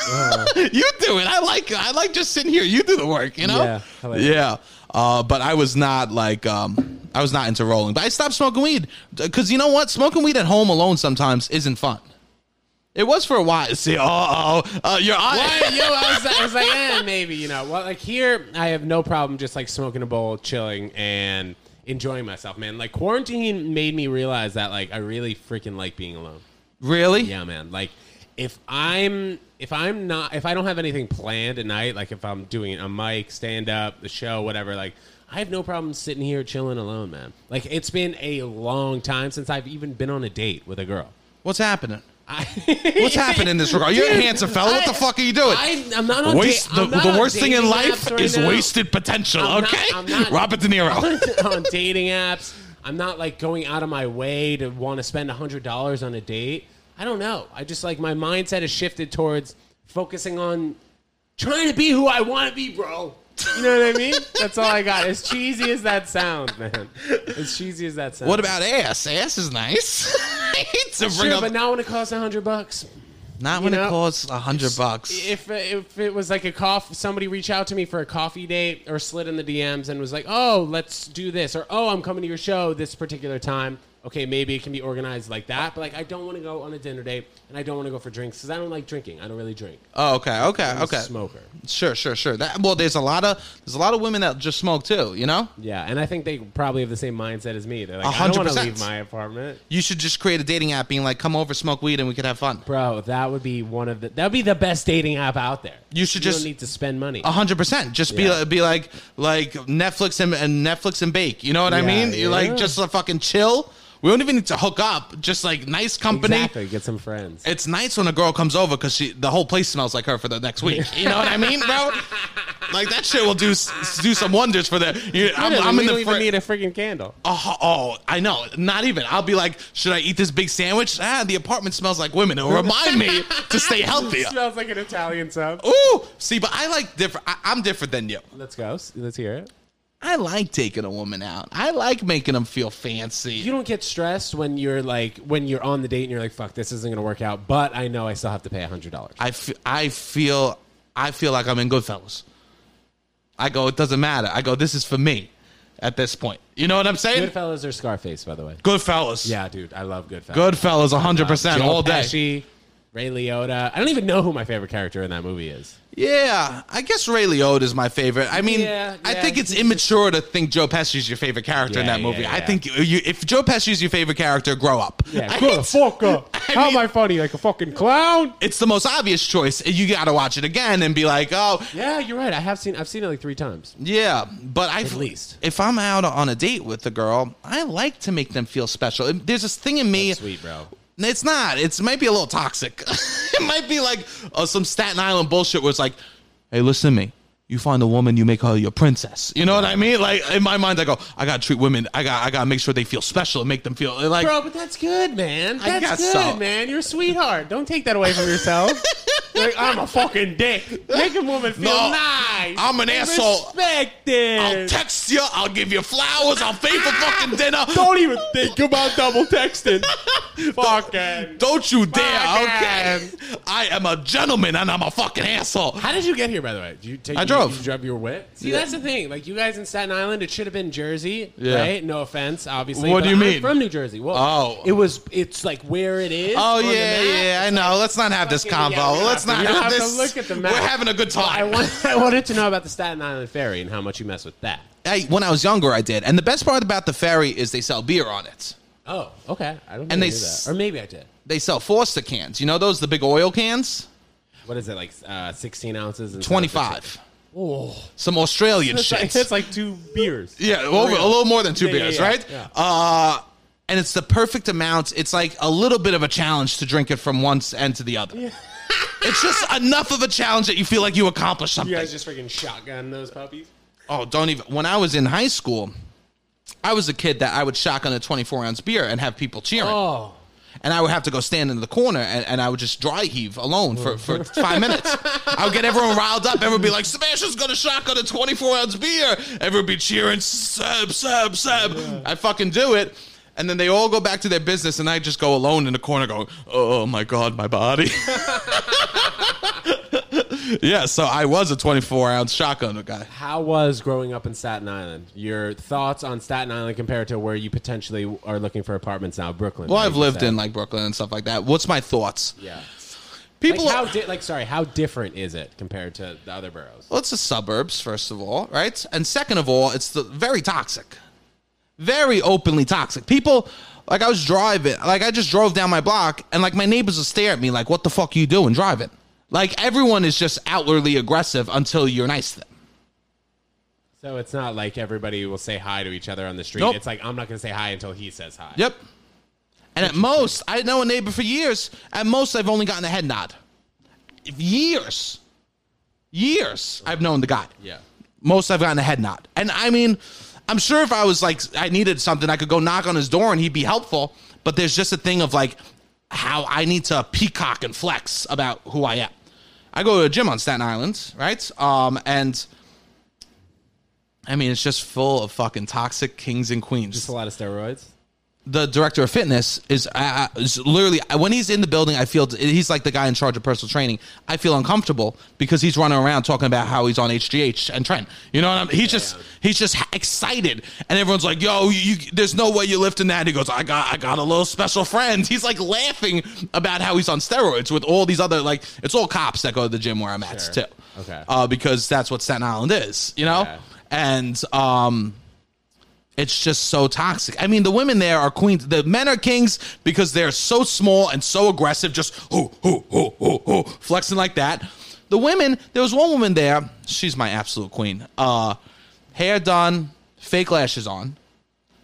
B: you do it. I like. I like just sitting here. You do the work. You know.
A: Yeah, I like it.
B: Yeah. Uh, but I was not like um, I was not into rolling. But I stopped smoking weed because you know what? Smoking weed at home alone sometimes isn't fun. It was for a while. See, oh, oh, uh, your eye.
A: Why, yo, I was, I was like, eh, maybe, you know. Well, like here, I have no problem just like smoking a bowl, chilling, and enjoying myself, man. Like quarantine made me realize that like I really freaking like being alone.
B: Really?
A: Yeah, man. Like if I'm if I'm not if I don't have anything planned at night, like if I'm doing a mic, stand up, the show, whatever, like I have no problem sitting here chilling alone, man. Like it's been a long time since I've even been on a date with a girl.
B: What's happening?
A: I,
B: What's happening in this regard? You're a handsome fella. what the
A: I-
B: fuck are you doing?
A: I, I'm not on
B: Waste
A: da-
B: the,
A: I'm not
B: the
A: on
B: worst thing in
A: dating
B: life
A: apps right
B: is
A: now.
B: wasted potential.
A: I'm not-
B: okay,
A: I'm not-
B: Robert De Niro.
A: on dating apps. I'm not like going out of my way to want to spend hundred dollars on a date. I don't know. I just like my mindset has shifted towards focusing on trying to be who I want to be, bro. You know what I mean? That's all I got. As cheesy as that sounds, man. As cheesy as that sounds.
B: what about ass? Ass is nice. I hate to bring
A: sure?
B: up-
A: But not when it costs hundred bucks.
B: not when
A: you
B: it
A: know,
B: costs a hundred bucks.
A: if if it was like a cough, somebody reached out to me for a coffee date or slid in the DMs and was like, "Oh, let's do this," or "Oh, I'm coming to your show this particular time." Okay, maybe it can be organized like that, but like I don't want to go on a dinner date and I don't want to go for drinks because I don't like drinking. I don't really drink.
B: Oh, okay, okay,
A: I'm a
B: okay.
A: smoker.
B: Sure, sure, sure. That well, there's a lot of there's a lot of women that just smoke too. You know,
A: Yeah, and I think they probably have the same mindset as me. They're like,
B: A
A: I don't want to
B: 100%.
A: leave my apartment,
B: you should just create a dating app, being like, "Come over, smoke weed, and we could have fun."
A: bro. That would be one of the that would be the best dating app out there.
B: You should
A: don't
B: just-
A: need to spend money.
B: A hundred percent. Just be
A: Yeah.
B: be like like Netflix and, and Netflix and bake. You know what I
A: Yeah,
B: mean? You're
A: yeah.
B: Like just a fucking chill. We don't even need to hook up. Just like nice company.
A: exactly, get some friends.
B: It's nice when a girl comes over because she the whole place smells like her for the next week. You know what I mean, bro? like that shit will do s- do some wonders for the. You, I'm,
A: Literally,
B: I'm
A: we
B: in
A: don't
B: the
A: even
B: fr-
A: need a freaking candle.
B: Oh, oh, I know. Not even. I'll be like, should I eat this big sandwich? Ah, the apartment smells like women. It'll remind me to stay healthier.
A: smells like an Italian sub.
B: Ooh, see, but I like different. I, I'm different than you.
A: Let's go. S- Let's hear it.
B: I like taking a woman out. I like making them feel fancy.
A: You don't get stressed when you're like when you're on the date and you're like, "Fuck, this isn't gonna work out," but I know I still have to pay hundred dollars.
B: I, f- I feel I feel like I'm in Goodfellas. I go, it doesn't matter. I go, this is for me. At this point, you know what I'm saying?
A: Goodfellas or Scarface, by the way.
B: Goodfellas.
A: Yeah, dude, I love Goodfellas.
B: Goodfellas, 100 percent
A: Joe
B: all day.
A: Pesci, Ray Liotta. I don't even know who my favorite character in that movie is.
B: Yeah, I guess Ray Liotta is my favorite. I mean,
A: Yeah,
B: I
A: yeah,
B: think it's
A: he's
B: immature to think Joe Pesci is your favorite character in
A: Yeah,
B: that
A: yeah,
B: movie.
A: yeah,
B: I
A: yeah.
B: think you, if Joe Pesci is your favorite character, grow up. I
A: grow
B: hate-
A: fuck up.
B: How am I
A: funny like a fucking clown?
B: it's the most obvious choice. You got to watch it again and be like, oh,
A: Yeah, you're right. I have seen. I've seen it like three times.
B: yeah. But I, at
A: least.
B: if I'm out on a date with a girl, I like to make them feel special. There's this thing in me.
A: Sweet, bro.
B: It's not. It's might be a little toxic. it might be like uh, some Staten Island bullshit where it's like, hey, listen to me. You find a woman, you make her your princess. You know what I mean? Like in my mind, I go, I gotta treat women. I got, I gotta make sure they feel special and make them feel like.
A: Bro, but that's good, man. That's
B: guess
A: good,
B: so.
A: man. You're a sweetheart. Don't take that away from yourself. like, I'm a fucking dick. Make a woman feel
B: No,
A: nice.
B: I'm an asshole.
A: Respected.
B: I'll text you. I'll give you flowers. I'll pay for fucking dinner.
A: Don't even think about double texting. fucking.
B: Don't you dare.
A: Fuck
B: Okay. I am a gentleman and I'm a fucking asshole.
A: How did you get here, by the way? Did you take?
B: I
A: you-
B: drove.
A: You, drove your whip. See, that's the thing. Like you guys in Staten Island, it should have been Jersey,
B: Yeah.
A: right? No offense, obviously.
B: What
A: but
B: do you
A: I'm
B: mean?
A: from New Jersey. Well,
B: Oh.
A: it was. It's like where it is.
B: Oh
A: on the
B: yeah,
A: map.
B: yeah. I know. Let's not have this
A: fucking- yeah,
B: combo.
A: we don't
B: Let's
A: have
B: not
A: to- we don't
B: have
A: have to
B: this.
A: look at the map.
B: We're having a good
A: I,
B: time.
A: want, I wanted to know about the Staten Island Ferry and how much you mess with that.
B: I, when I was younger, I did. And the best part about the ferry is they sell beer on it.
A: Oh, okay. I don't. Think
B: And
A: and
B: they
A: they,
B: s-
A: that. or maybe I did.
B: They sell Forster cans. You know those, the big oil cans?
A: What is it like? Uh, Sixteen ounces and
B: 25.
A: Oh,
B: Some Australian
A: it's
B: shit.
A: like, it's like two beers.
B: yeah, over, a little more than two
A: Yeah, yeah,
B: beers,
A: yeah,
B: right?
A: yeah.
B: Uh, and it's the perfect amount. It's like a little bit of a challenge to drink it from one end to the other. it's just enough of a challenge that you feel like you accomplished something.
A: You guys just freaking shotgun those puppies.
B: Oh, don't even. When I was in high school, I was a kid that I would shotgun a 24 ounce beer and have people cheering.
A: Oh,
B: And I would have to go stand in the corner and, and I would just dry heave alone for, for five minutes. I would get everyone riled up. Everyone would be like, Sebastian's going to shotgun a 24 ounce beer. Everyone would be cheering, Seb, Seb, Seb. I fucking do it. And then they all go back to their business and I just go alone in the corner going, oh my God, my body. yeah, so I was a 24 ounce shotgun guy.
A: how was growing up in Staten Island? Your thoughts on Staten Island compared to where you potentially are looking for apartments now, Brooklyn?
B: Well,
A: like
B: I've
A: you
B: lived
A: said.
B: in like Brooklyn and stuff like that. What's my thoughts?
A: Yeah.
B: People
A: like how
B: are-
A: di- like sorry, how different is it compared to the other boroughs?
B: Well, it's the suburbs, first of all, right? And second of all, it's the very toxic, very openly toxic. People, like I was driving, like I just drove down my block, and like my neighbors will stare at me, like, "What the fuck you doing driving?" Like everyone is just outwardly aggressive until you're nice to them.
A: So it's not like everybody will say hi to each other on the street.
B: Nope.
A: It's like I'm not going to say hi until he says hi.
B: Yep. And at most, I know a neighbor for years. At most, I've only gotten a head nod. Years, years, I've known the guy.
A: Yeah.
B: most I've gotten a head nod. And I mean, I'm sure if I was like, I needed something, I could go knock on his door and he'd be helpful. But there's just a thing of like how I need to peacock and flex about who I am. I go to a gym on Staten Island, right? Um, and I mean, it's just full of fucking toxic kings and queens
A: Just a lot of steroids.
B: the director of fitness is, uh, is literally when he's in the building. I feel he's like the guy in charge of personal training. I feel uncomfortable because he's running around talking about how he's on HGH and Trent. You know what I'm? He's just he's just excited, and everyone's like, "Yo, you, there's no way you're lifting that." He goes, "I got I got a little special friend." He's like laughing about how he's on steroids with all these other like it's all cops that go to the gym where I'm at
A: Sure.
B: too.
A: Okay.
B: uh, because that's what Staten Island is, you know,
A: Yeah.
B: and um it's just so toxic. I mean, the women there are queens. The men are kings because they're so small and so aggressive, just hoo, hoo, hoo, hoo, hoo, flexing like that. The women, there was one woman there. She's my absolute queen. Uh, hair done, fake lashes on,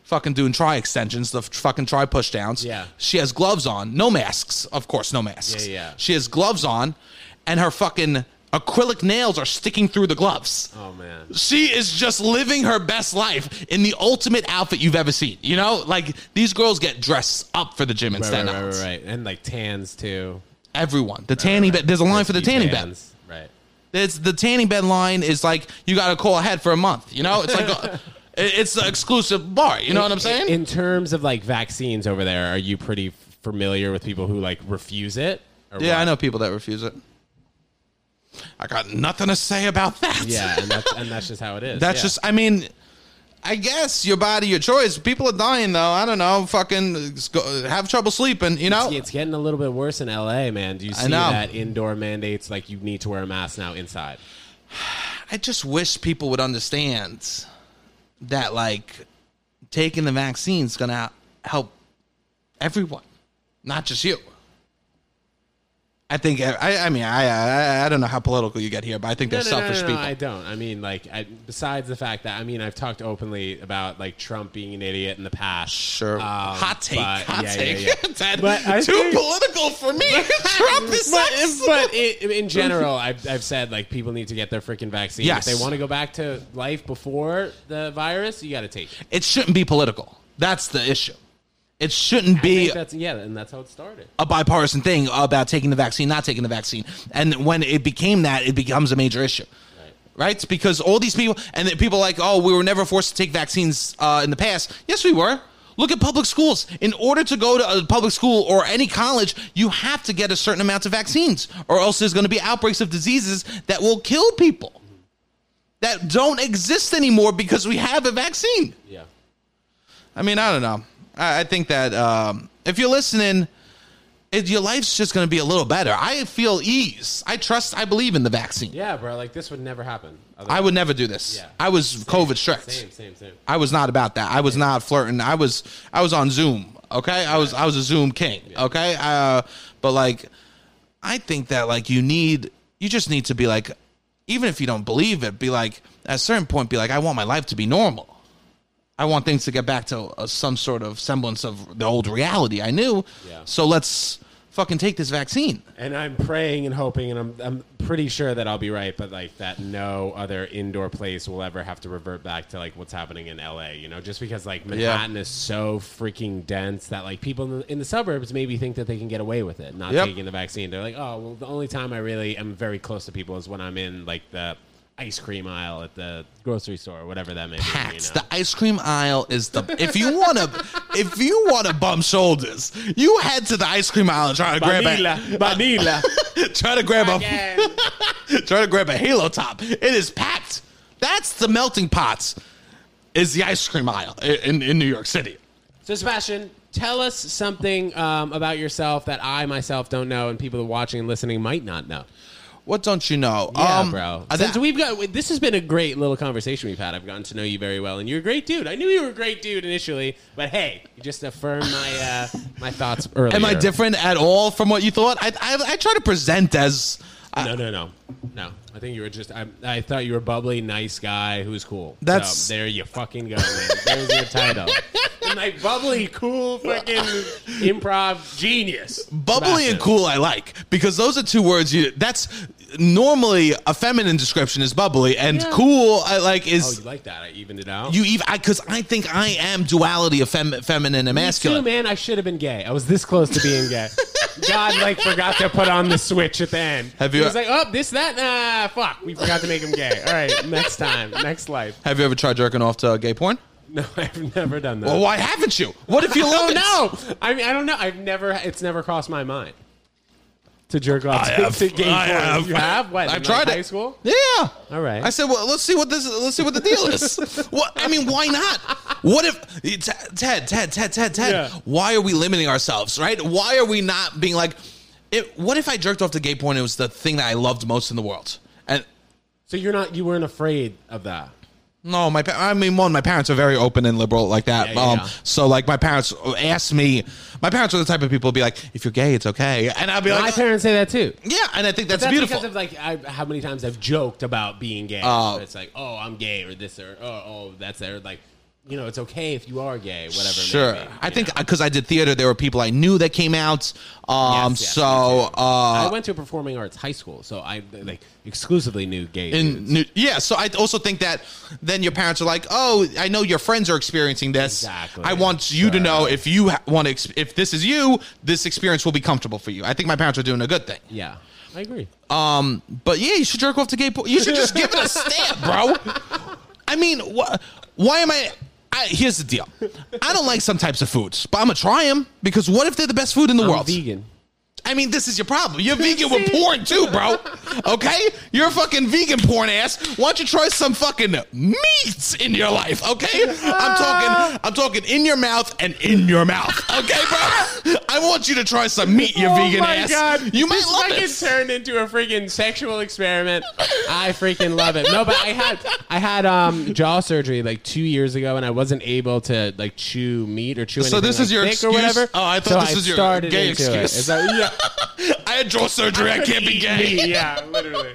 B: fucking doing tri extensions, the f- fucking tri push downs.
A: Yeah.
B: She has gloves on, no masks, of course, no masks.
A: Yeah, yeah.
B: She has gloves on, and her fucking acrylic nails are sticking through the gloves.
A: Oh man.
B: She is just living her best life in the ultimate outfit you've ever seen. You know, like these girls get dressed up for the gym in
A: Right, right,
B: Staten
A: right,
B: Island.
A: right, right. And like tans too.
B: Everyone, the tanning bed. There's a line for the
A: Ski
B: tanning bed.
A: tans. Right.
B: There's the tanning bed line is like you got to call ahead for a month. You know, it's like a, it- it's the exclusive bar. You know what I'm saying?
A: In terms of like vaccines over there, are you pretty familiar with people who like refuse it? Or
B: yeah,
A: what?
B: I know people that refuse it. I got nothing to say about that.
A: Yeah, and that's, and that's just how it is.
B: That's
A: yeah.
B: just, I mean, I guess your body, your choice. People are dying though. I don't know. Fucking uh, go- have trouble sleeping. You know,
A: It's getting a little bit worse in LA, man. Do you see
B: know.
A: that indoor mandates like you need to wear a mask now inside?
B: I just wish people would understand that like taking the vaccine is gonna help everyone, not just you. I think e, I, I mean I, I I don't know how political you get here, but I think there's selfish people.
A: I don't. I mean, like, I, besides the fact that I mean, I've talked openly about like Trump being an idiot in the past.
B: Sure.
A: Um,
B: hot take.
A: but-
B: hot
A: yeah, yeah,
B: take.
A: yeah.
B: That-
A: But I
B: too
A: think-
B: political for me. Trump is
A: but,
B: sex.
A: but i in general, I've, I've said like people need to get their freaking vaccine.
B: Yes.
A: If they want to go back to life before the virus, you got to take it.
B: It shouldn't be political. That's the issue. It shouldn't
A: I
B: be
A: think that's yeah, and that's how it started.
B: a bipartisan thing about taking the vaccine, not taking the vaccine. And when it became that, it becomes a major issue. Right. Because all these people, and then people like, oh, we were never forced to take vaccines uh, in the past. Yes, we were. Look at public schools. In order to go to a public school or any college, you have to get a certain amount of vaccines, or else there's going to be outbreaks of diseases that will kill people that don't exist anymore because we have a vaccine.
A: Yeah.
B: I mean, I don't know. I, I think that um, if you're listening, it, your life's just going to be a little better. I feel ease. I trust. I believe in the vaccine.
A: Yeah, bro. Like this would never happen.
B: I would never do this.
A: Yeah.
B: I was COVID strict.
A: Same, same, same.
B: I was not about that. I was not flirting. I was I was on Zoom. Okay, I was I was a Zoom king. Okay, uh, but like, I think that like you need you just need to be like, even if you don't believe it, be like at a certain point, be like, I want my life to be normal. I want things to get back to uh, some sort of semblance of the old reality I knew.
A: Yeah.
B: So let's fucking take this vaccine.
A: And I'm praying and hoping, and I'm, I'm pretty sure that I'll be right, but like that no other indoor place will ever have to revert back to like what's happening in LA, you know, just because like Manhattan is so freaking dense that like people in the, in the suburbs maybe think that they can get away with it, not
B: Yep.
A: taking the vaccine. They're like, oh, well, the only time I really am very close to people is when I'm in like the ice cream aisle at the grocery store or whatever that may be. You
B: Hats.
A: know?
B: The ice cream aisle is the if you want to if you want to bump shoulders, you head to the ice cream aisle and try to grab
A: Vanilla, vanilla.
B: a try to grab a
A: Again.
B: try to grab a halo top. It is packed. That's the melting pots. Is the ice cream aisle i- in in New York City?
A: So Sebastian, Tell us something um, about yourself that I myself don't know, and people watching and listening might not know.
B: What don't you know?
A: Yeah,
B: Um,
A: bro.
B: I think-
A: Since we've got this has been a great little conversation we've had. I've gotten to know you very well, and you're a great dude. I knew you were a great dude initially, but hey, you just affirmed my uh, my thoughts earlier.
B: am I different at all from what you thought? I I, I try to present as I,
A: No, no, no, no. I think you were just. I, I thought you were a bubbly, nice guy who's cool.
B: That's-
A: so, there. You fucking go. Man. There's your title. And my bubbly, cool, fucking improv genius.
B: bubbly and cool. I like because those are two words. You that's normally a feminine description is bubbly and
A: Yeah.
B: cool. I like
A: Oh,
B: is
A: you like that? I evened it out.
B: you even because I think I am duality of fem, feminine and
A: Me
B: masculine.
A: too, man. I should have been gay. I was this close to being gay. God, like, forgot to put on the switch at the end.
B: Have
A: He
B: you-
A: was like, oh, this, that, nah, fuck. We forgot to make him gay. All right, next time, next life.
B: Have you ever tried jerking off to gay porn?
A: No, I've never done that.
B: Well, why haven't you? What if you
A: Oh
B: love it?
A: no! I mean, I don't know. I've never. It's never crossed my mind to jerk off
B: I
A: to,
B: have.
A: to gay
B: I
A: porn.
B: have.
A: You have? What?
B: I've
A: in,
B: tried
A: like,
B: it.
A: High school.
B: Yeah.
A: All right.
B: I said, well, let's see what this. Let's see what the deal is. what? I mean, why not? What if T- Ted, Ted, Ted, Ted, Ted?
A: Yeah.
B: Why are we limiting ourselves? Right? Why are we not being like? It, what if I jerked off to gay porn? It was the thing that I loved most in the world. And
A: So you're not. You weren't afraid of that.
B: no, my pa- I mean, one, my parents are very open and liberal like that.
A: Yeah, yeah,
B: um,
A: yeah.
B: So, like, my parents asked me. My parents were the type of people to be like, if you're gay, it's okay. And I'd be
A: My
B: like,
A: parents say that too.
B: yeah. And I think that's,
A: That's
B: beautiful.
A: because of like I, how many times I've joked about being gay.
B: Oh.
A: it's like, oh, I'm gay, or this, or oh, oh that's there. Like, you know, it's okay if you are gay, whatever. it may
B: Sure,
A: be,
B: I
A: you
B: think
A: know?
B: because I did theater, there were people I knew that came out. Um,
A: Yes, yes,
B: so
A: me too. I
B: uh,
A: went to a performing arts high school, so I like exclusively knew gay.
B: in
A: dudes.
B: new, yeah, so I also think that then your parents are like, "Oh, I know your friends are experiencing this.
A: Exactly.
B: I want you to
A: Sure.
B: know if you ha- want to, ex- if this is you, this experience will be comfortable for you." I think my parents are doing a good thing.
A: yeah, I agree.
B: Um, but yeah, you should jerk off to gay. Po- you should just give it a stab, bro. I mean, wh- why am I? I, here's the deal. I don't like some types of foods, but I'm gonna try them because what if they're the best food in the
A: I'm
B: world?
A: vegan.
B: I mean, this is your problem. You're vegan with porn too, bro. Okay? You're a fucking vegan porn ass. Why don't you try some fucking meats in your life, okay? I'm talking I'm talking in your mouth and in your mouth. Okay, bro? I want you to try some meat, you vegan ass. You might
A: Oh this
B: love
A: fucking
B: this.
A: turned into a freaking sexual experiment. I freaking love it. No, but I had I had um, jaw surgery like two years ago, and I wasn't able to like chew meat or chew.
B: So
A: anything,
B: this is
A: like,
B: your
A: thick
B: excuse?
A: or whatever.
B: Oh, I thought
A: So
B: this was your
A: started
B: gay
A: into it. It's
B: excuse.
A: like, yeah,
B: I had jaw surgery. I can't be gay.
A: yeah, literally,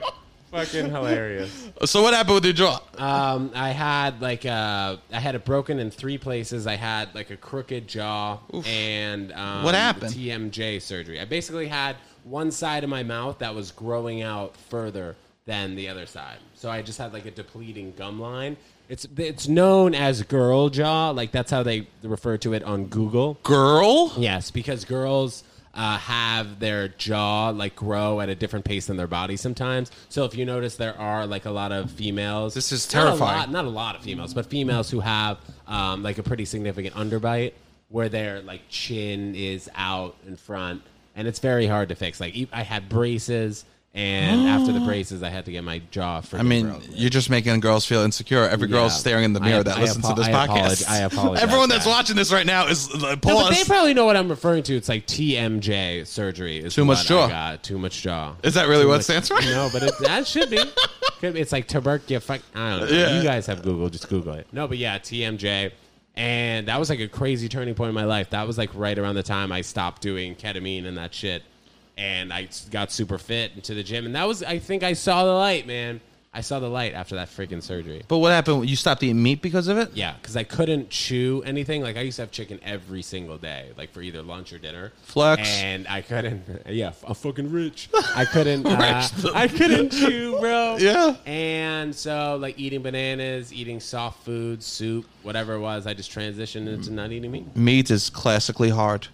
A: fucking hilarious.
B: So what happened with your jaw?
A: Um, I had like uh, I had it broken in three places. I had like a crooked jaw and um,
B: What happened?
A: TMJ surgery. I basically had one side of my mouth that was growing out further than the other side, so I just had like a depleting gum line. It's it's known as girl jaw, like that's how they refer to it on Google.
B: Girl?
A: Yes, because girls uh, have their jaw like grow at a different pace than their body sometimes. So if you notice, there are like a lot of females.
B: This is
A: Not a
B: terrifying.
A: lot, not a lot of females, but females who have um, like a pretty significant underbite where their like chin is out in front, and it's very hard to fix. Like e- I had braces. And after the braces, I had to get my jaw.
B: I mean, you're just making girls feel insecure. Every girl
A: Yeah.
B: staring in the
A: I
B: mirror
A: ap-
B: that
A: I
B: listens
A: apo-
B: to this
A: I
B: podcast.
A: apologize- I apologize
B: Everyone
A: for
B: that's
A: that.
B: watching this right now is uh,
A: No, but
B: pause.
A: they probably know what I'm referring to. It's like TMJ surgery. Is
B: Too much
A: what I
B: jaw.
A: got. Too much jaw.
B: Is that really what
A: much-
B: it stands for?
A: No, but it, that should be. Could be. It's like tuberculosis. fuck- I don't know.
B: Yeah.
A: You guys have Google. Just Google it. No, but yeah, TMJ. And that was like a crazy turning point in my life. That was like right around the time I stopped doing ketamine and that shit. And I s- got super fit into the gym. And that was, I think I saw the light, man. I saw the light after that freaking surgery.
B: But what happened? You stopped eating meat because of it?
A: Yeah, because I couldn't chew anything. Like I used to have chicken every single day, like for either lunch or dinner.
B: Flex.
A: And I couldn't. Yeah, I'm fucking rich. I couldn't. uh, I couldn't chew, bro.
B: Yeah.
A: And so, like eating bananas, eating soft food, soup, whatever it was, I just transitioned into not eating meat.
B: Meat is classically hard.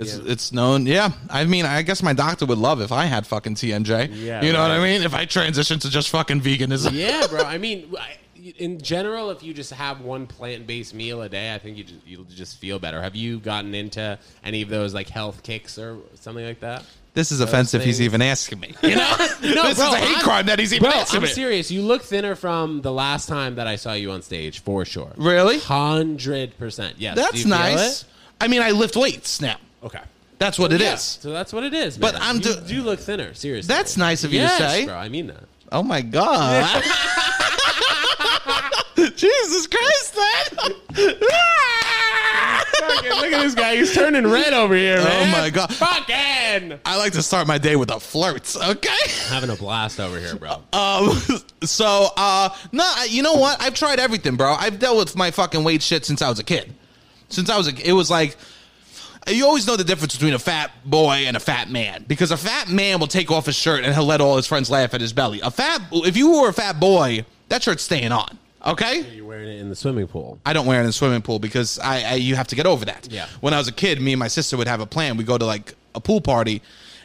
B: It's,
A: Yeah.
B: it's known. Yeah. I mean, I guess my doctor would love if I had fucking TNJ.
A: Yeah,
B: you know what I
A: right.
B: mean? If I transitioned to just fucking veganism.
A: Yeah, bro. I mean, I, in general, if you just have one plant-based meal a day, I think you just, you'll just feel better. Have you gotten into any of those like health kicks or something like that?
B: This is offensive. He's
A: things-
B: even asking me. You know?
A: No,
B: this
A: bro,
B: is a hate
A: I'm-
B: crime that he's even
A: Bro,
B: asking
A: I'm
B: me.
A: serious. You look thinner from the last time that I saw you on stage, for sure.
B: Really?
A: Hundred percent. Yes. Do
B: That's
A: you feel
B: nice.
A: it?
B: I mean, I lift weights now.
A: Okay.
B: That's what it is.
A: Yeah, So that's what it is.
B: But
A: man.
B: I'm
A: You
B: do-
A: do look thinner. Seriously.
B: That's nice of you
A: yes,
B: to say.
A: bro. I mean that.
B: Oh my god. Jesus Christ, man.
A: look at this guy. He's turning red over here, man.
B: Oh my God.
A: Fucking.
B: I like to start my day with the flirts, okay?
A: Having a blast over here, bro.
B: Um so uh no, I- you know what? I've tried everything, bro. I've dealt with my fucking weight shit since I was a kid. Since I was a it was like you always know the difference between a fat boy and a fat man because a fat man will take off his shirt and he'll let all his friends laugh at his belly. A fat if you were a fat boy, that shirt's staying on, okay?
A: You're wearing it in the swimming pool.
B: I don't wear it in the swimming pool because I, I you have to get over that.
A: Yeah.
B: When I was a kid, me and my sister would have a plan. We go to like a pool party.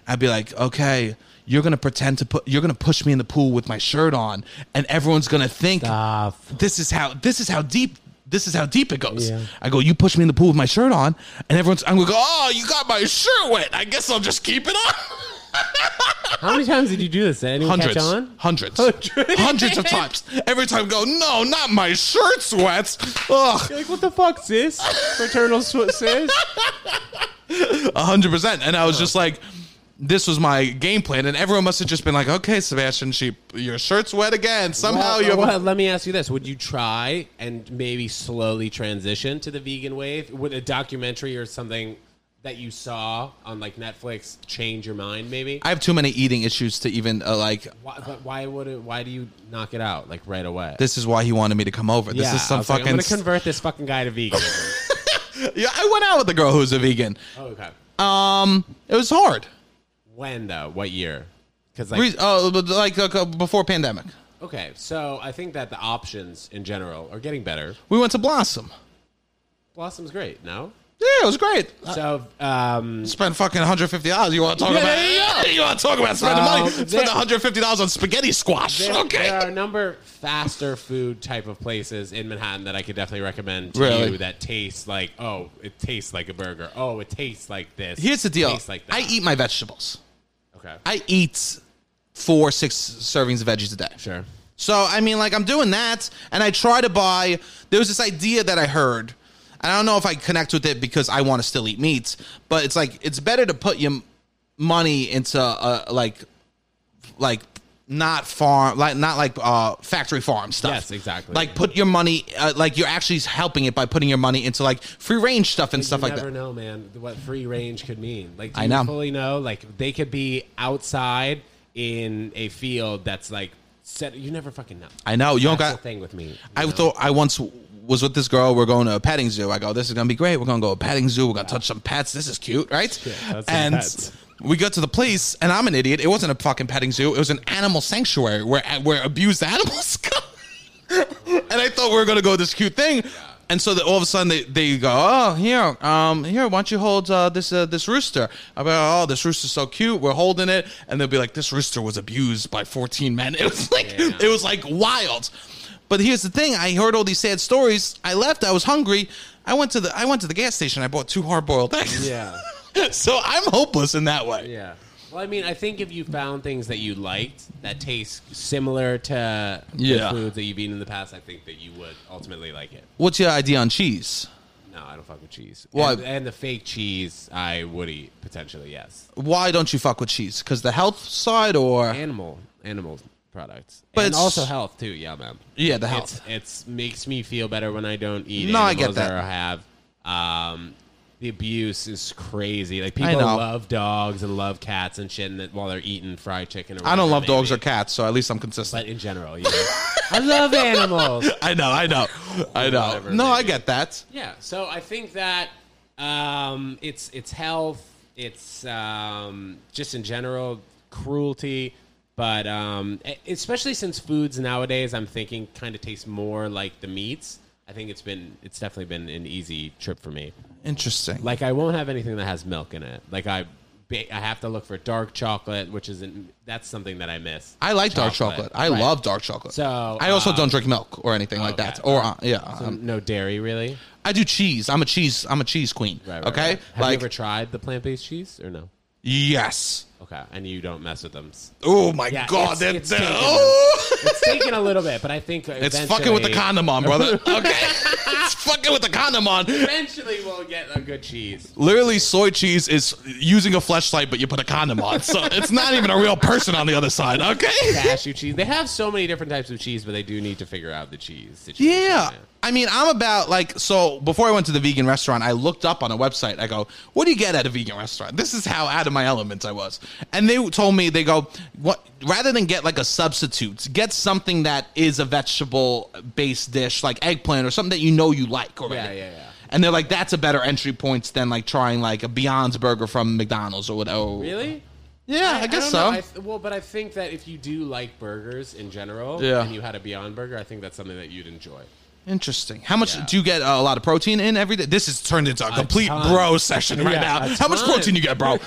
B: I'd be like, okay, you're gonna pretend to put, you're gonna push me in the pool with my shirt on, and everyone's gonna think
A: Stop.
B: this is how this is how deep this is how deep it goes.
A: Yeah.
B: I go, you push me in the pool with my shirt on, and everyone's I'm gonna go, oh, you got my shirt wet. I guess I'll just keep it on.
A: How many times did you do this? Did anyone
B: Hundreds,
A: catch on?
B: hundreds,
A: Hundreds.
B: hundreds of times. Every time, I go no, not my shirt sweats. Ugh.
A: You're like, what the fuck, sis? Fraternal sw- sis?
B: A hundred percent. And I was just like, this was my game plan, and everyone must have just been like, okay, Sebastian, she, your shirt's wet again. Somehow
A: Well,
B: you.
A: well, let me ask you this: Would you try and maybe slowly transition to the vegan wave? Would a documentary or something that you saw on like Netflix change your mind? Maybe.
B: I have too many eating issues to even uh, like.
A: why, but why would it? Why do you knock it out like right away?
B: This is why he wanted me to come over.
A: yeah,
B: this is
A: I
B: some
A: was like,
B: fucking.
A: I'm gonna convert this fucking guy to vegan.
B: yeah, I went out with a girl who's a vegan.
A: oh, okay.
B: Um, it was hard.
A: When though? What year? Because like
B: Re- uh, but, like uh, before pandemic,
A: Okay, so I think that the options in general are getting better.
B: we went to Blossom.
A: Blossom's great, no?
B: Yeah, it was great. I
A: So, um,
B: spent fucking 150 dollars. You want to talk
A: Yeah,
B: about?
A: there
B: you want to talk about spending
A: Well,
B: money?
A: there-
B: Spend 150 dollars on spaghetti squash.
A: there,
B: okay.
A: there are a number of faster food type of places in Manhattan that I could definitely recommend to
B: Really?
A: you that taste like, oh, it tastes like a burger. Oh, it tastes like this.
B: Here's the deal.
A: Tastes like that.
B: I eat my vegetables.
A: Okay.
B: I eat four, six servings of veggies a day.
A: sure.
B: So I mean, like I'm doing that, and I try to buy. There was this idea that I heard, and I don't know if I connect with it because I want to still eat meat, but it's like it's better to put your m- money into uh, like, like not farm, like not like uh, factory farm stuff.
A: Yes, exactly.
B: Like put your money, uh, like you're actually helping it by putting your money into like free range stuff and stuff
A: you
B: like
A: never
B: that.
A: know, man, what free range could mean. Like, do
B: I
A: you
B: know.
A: fully know? Like, they could be outside in a field that's like set. You never fucking know.
B: I know you don't
A: That's the
B: got.
A: thing with me. you
B: I
A: know?
B: thought I once was with this girl. We're going to a petting zoo. I go, this is gonna be great. We're gonna go to a petting zoo. We're gonna touch some pets. This is cute, right?
A: that's some
B: and
A: pets.
B: we got to the place, and I'm an idiot. It wasn't a fucking petting zoo. It was an animal sanctuary where where abused animals come. and I thought we were gonna go to this cute thing. And so that all of a sudden they, they go, oh here, um, here, why don't you hold uh, this uh, this rooster? I'm like, oh, this rooster's so cute. We're holding it, and they'll be like, this rooster was abused by 14 men. It was like
A: Yeah.
B: it was like wild. But here's the thing: I heard all these sad stories. I left. I was hungry. I went to the I went to the gas station. I bought two hard boiled eggs.
A: Yeah.
B: so I'm hopeless in that way.
A: Yeah. Well, I mean, I think if you found things that you liked that taste similar to
B: Yeah.
A: the foods that you've eaten in the past, I think that you would ultimately like it.
B: What's your idea on cheese?
A: No, I don't fuck with cheese.
B: Why?
A: And, and the fake cheese, I would eat potentially. Yes,
B: Why don't you fuck with cheese? Because the health side, or
A: animal, animal products,
B: But
A: and
B: it's-
A: also health too. Yeah, man.
B: yeah, the
A: It's
B: health.
A: it's makes me feel better when I don't eat.
B: No, I
A: animals
B: get that.
A: Or have. Um, the abuse is crazy. Like people
B: know.
A: love dogs and love cats and shit, and that while they're eating fried chicken. Or
B: I
A: whatever
B: don't love
A: it may
B: dogs
A: be.
B: or cats, so at least I'm consistent.
A: but in general, yeah. I love animals.
B: I know, I know, I know.
A: Whatever,
B: no, I
A: maybe.
B: get that.
A: Yeah, so I think that um, it's it's health, it's um, just in general cruelty, but um, e- especially since foods nowadays, I'm thinking kind of taste more like the meats. I think it's been it's definitely been an easy trip for me.
B: Interesting.
A: Like I won't have anything that has milk in it. Like I. ba- I have to look for dark chocolate, which isn't. That's something that I miss.
B: I like dark
A: Chocolate,
B: chocolate. I
A: right.
B: love dark chocolate.
A: So,
B: I also
A: um,
B: don't drink milk or anything like
A: okay.
B: that. Or uh, yeah,
A: So
B: um,
A: no dairy, really.
B: I do cheese. I'm a cheese. I'm a cheese queen.
A: Right, right,
B: okay,
A: right. Have
B: like
A: you ever tried the plant-based cheese or no?
B: yes.
A: Okay, and you don't mess with them.
B: Oh my
A: Yeah, it's-
B: god, they're,
A: it's
B: they're-
A: taken.
B: oh!
A: It's taking a little bit, but I think
B: It's fucking with the condom on, brother. Okay, it's fucking with the condom on.
A: Eventually, we'll get a good cheese.
B: Literally, soy cheese is using a fleshlight, but you put a condom on, so it's not even a real person on the other side. Okay.
A: Cashew cheese. They have so many different types of cheese, but they do need to figure out the cheese. Situation.
B: Yeah. I mean, I'm about like so. Before I went to the vegan restaurant, I looked up on a website. I go, "What do you get at a vegan restaurant?" This is how out of my elements I was. And they told me, "They go, what rather than get like a substitute, get something that is a vegetable-based dish, like eggplant or something that you know you like already."
A: Yeah, yeah, yeah.
B: And they're like, "That's a better entry point than like trying like a Beyond's burger from McDonald's or whatever."
A: Really?
B: Yeah, I, guess
A: don't
B: so.
A: know. I th- well, but I think that if you do like burgers in general,
B: Yeah.
A: and you had a Beyond Burger, I think that's something that you'd enjoy.
B: Interesting. How much
A: Yeah.
B: do you get? Uh, a lot of protein in every day. This has turned into a complete
A: ton.
B: bro session right
A: Yeah,
B: now.
A: a
B: How much
A: ton.
B: protein you get, bro?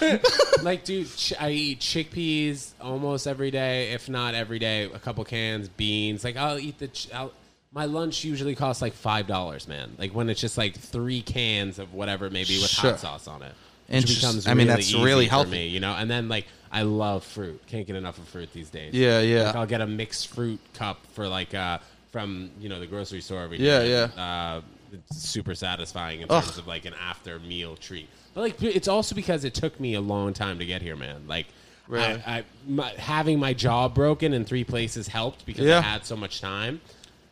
A: like, dude, ch- I eat chickpeas almost every day, if not every day. A couple cans, beans. Like, I'll eat the. Ch- I'll, my lunch usually costs like five dollars, man. Like when it's just like three cans of whatever, maybe with
B: Sure.
A: hot sauce on it.
B: Interest- I mean, that's
A: easy
B: really
A: for
B: healthy.
A: me, you know. And then like, I love fruit. Can't get enough of fruit these days.
B: Yeah, yeah.
A: Like, I'll get a mixed fruit cup for like uh from you know the grocery store. Every
B: Yeah,
A: day.
B: yeah.
A: Uh, it's super satisfying in terms of like an after meal treat. But like, it's also because it took me a long time to get here, man. Like,
B: Really?
A: I, I my, having my jaw broken in three places helped because
B: Yeah.
A: I had so much time.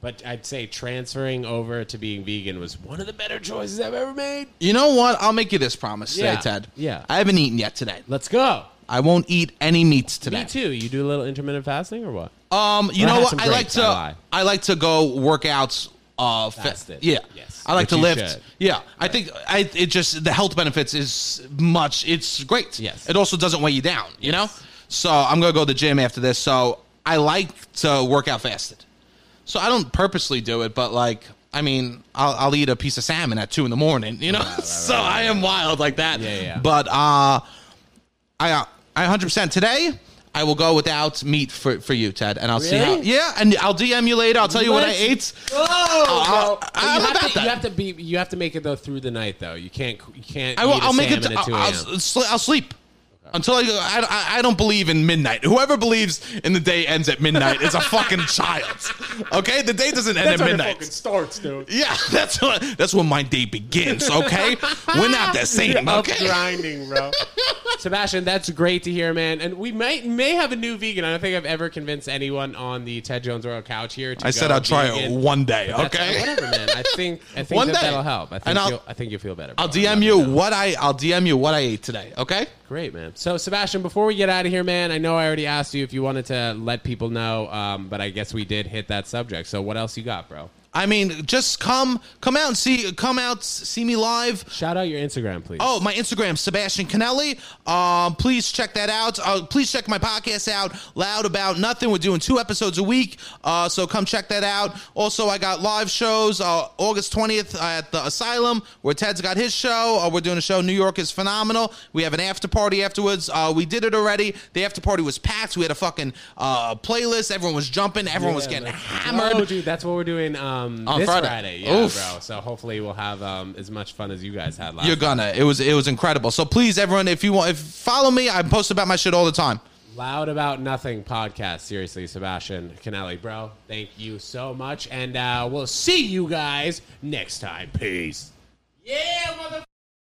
A: But I'd say transferring over to being vegan was one of the better choices I've ever made.
B: You know what? I'll make you this promise today,
A: Yeah,
B: Ted.
A: yeah.
B: I haven't eaten yet today.
A: Let's go.
B: I won't eat any meats today.
A: Me too. You do a little intermittent fasting or what?
B: Um, you
A: Or I
B: know
A: had
B: what?
A: some
B: I like
A: grapes,
B: to
A: I
B: I,
A: lie.
B: like to go workouts uh fa-
A: Fasted.
B: yeah.
A: Yes.
B: I like
A: Which
B: to
A: you
B: lift.
A: should.
B: Yeah. I think I it just the health benefits is much it's great.
A: Yes.
B: It also doesn't weigh you down, you know? So I'm going to go to the gym after this. So I like to work out fasted. So I don't purposely do it, but like I mean, I'll, I'll eat a piece of salmon at two in the morning, you know. so I am wild like that.
A: Yeah, yeah.
B: But uh, I uh, I 100% today. I will go without meat for, for you, Ted, and I'll see how.
A: Really?
B: Yeah, and I'll DM you later. I'll tell you what I
A: What?
B: ate.
A: Oh,
B: I-
A: you,
B: I'm
A: have
B: about
A: to, you
B: that.
A: have to be. You have to make it though through the night though. You can't. You can't.
B: I will.
A: eat a
B: I'll make it.
A: salmon at
B: To, I'll,
A: 2
B: I'll
A: a.m.
B: sl- I'll sleep until I, go- I. I- I don't believe in midnight. Whoever believes in the day ends at midnight is a fucking child. Okay, the day doesn't end at midnight.
A: starts, dude.
B: yeah, that's what, that's when my day begins. Okay, we're not the same. Okay,
A: grinding, bro. Sebastian, that's great to hear, man. And we might may have a new vegan. I don't think I've ever convinced anyone on the Ted Jones Royal couch here. To
B: I said
A: go
B: I'll try it
A: vegan.
B: one day.
A: That's-
B: Okay,
A: whatever, man. I think I think
B: One
A: that,
B: day.
A: that'll help. I
B: And
A: think
B: I'll-
A: you'll, I think you'll feel better.
B: I'll
A: bro.
B: DM you what I. I'll DM you what I ate today. Okay.
A: Great, man. So, Sebastian, before we get out of here, man, I know I already asked you if you wanted to let people know, um, but I guess we did hit that subject. So, what else you got, bro?
B: I mean, just come come out and see come out see me live.
A: Shout out your Instagram, please.
B: Oh, my Instagram, Sebastian Canelli. Um, please check that out. Uh, please check my podcast out, Loud About Nothing. We're doing two episodes a week, uh, so come check that out. Also, I got live shows uh, August 20th at the Asylum, where Ted's got his show. Uh, we're doing a show, New York is Phenomenal. We have an after party afterwards. Uh, we did it already. The after party was packed. We had a fucking uh, playlist. Everyone was jumping, everyone was
A: Yeah,
B: getting
A: that's-
B: hammered.
A: Oh, dude, that's what we're doing um,
B: On
A: this
B: Friday.
A: Friday, yeah,
B: Oof.
A: bro. So hopefully we'll have um, as much fun as you guys had last.
B: You're
A: night.
B: gonna. It was it was incredible. So please, everyone, if you want, if follow me, I post about my shit all the time.
A: Loud about nothing podcast. Seriously, Sebastian Canelli, bro. Thank you so much, and uh, we'll see you guys next time. Peace. Yeah, motherfucker.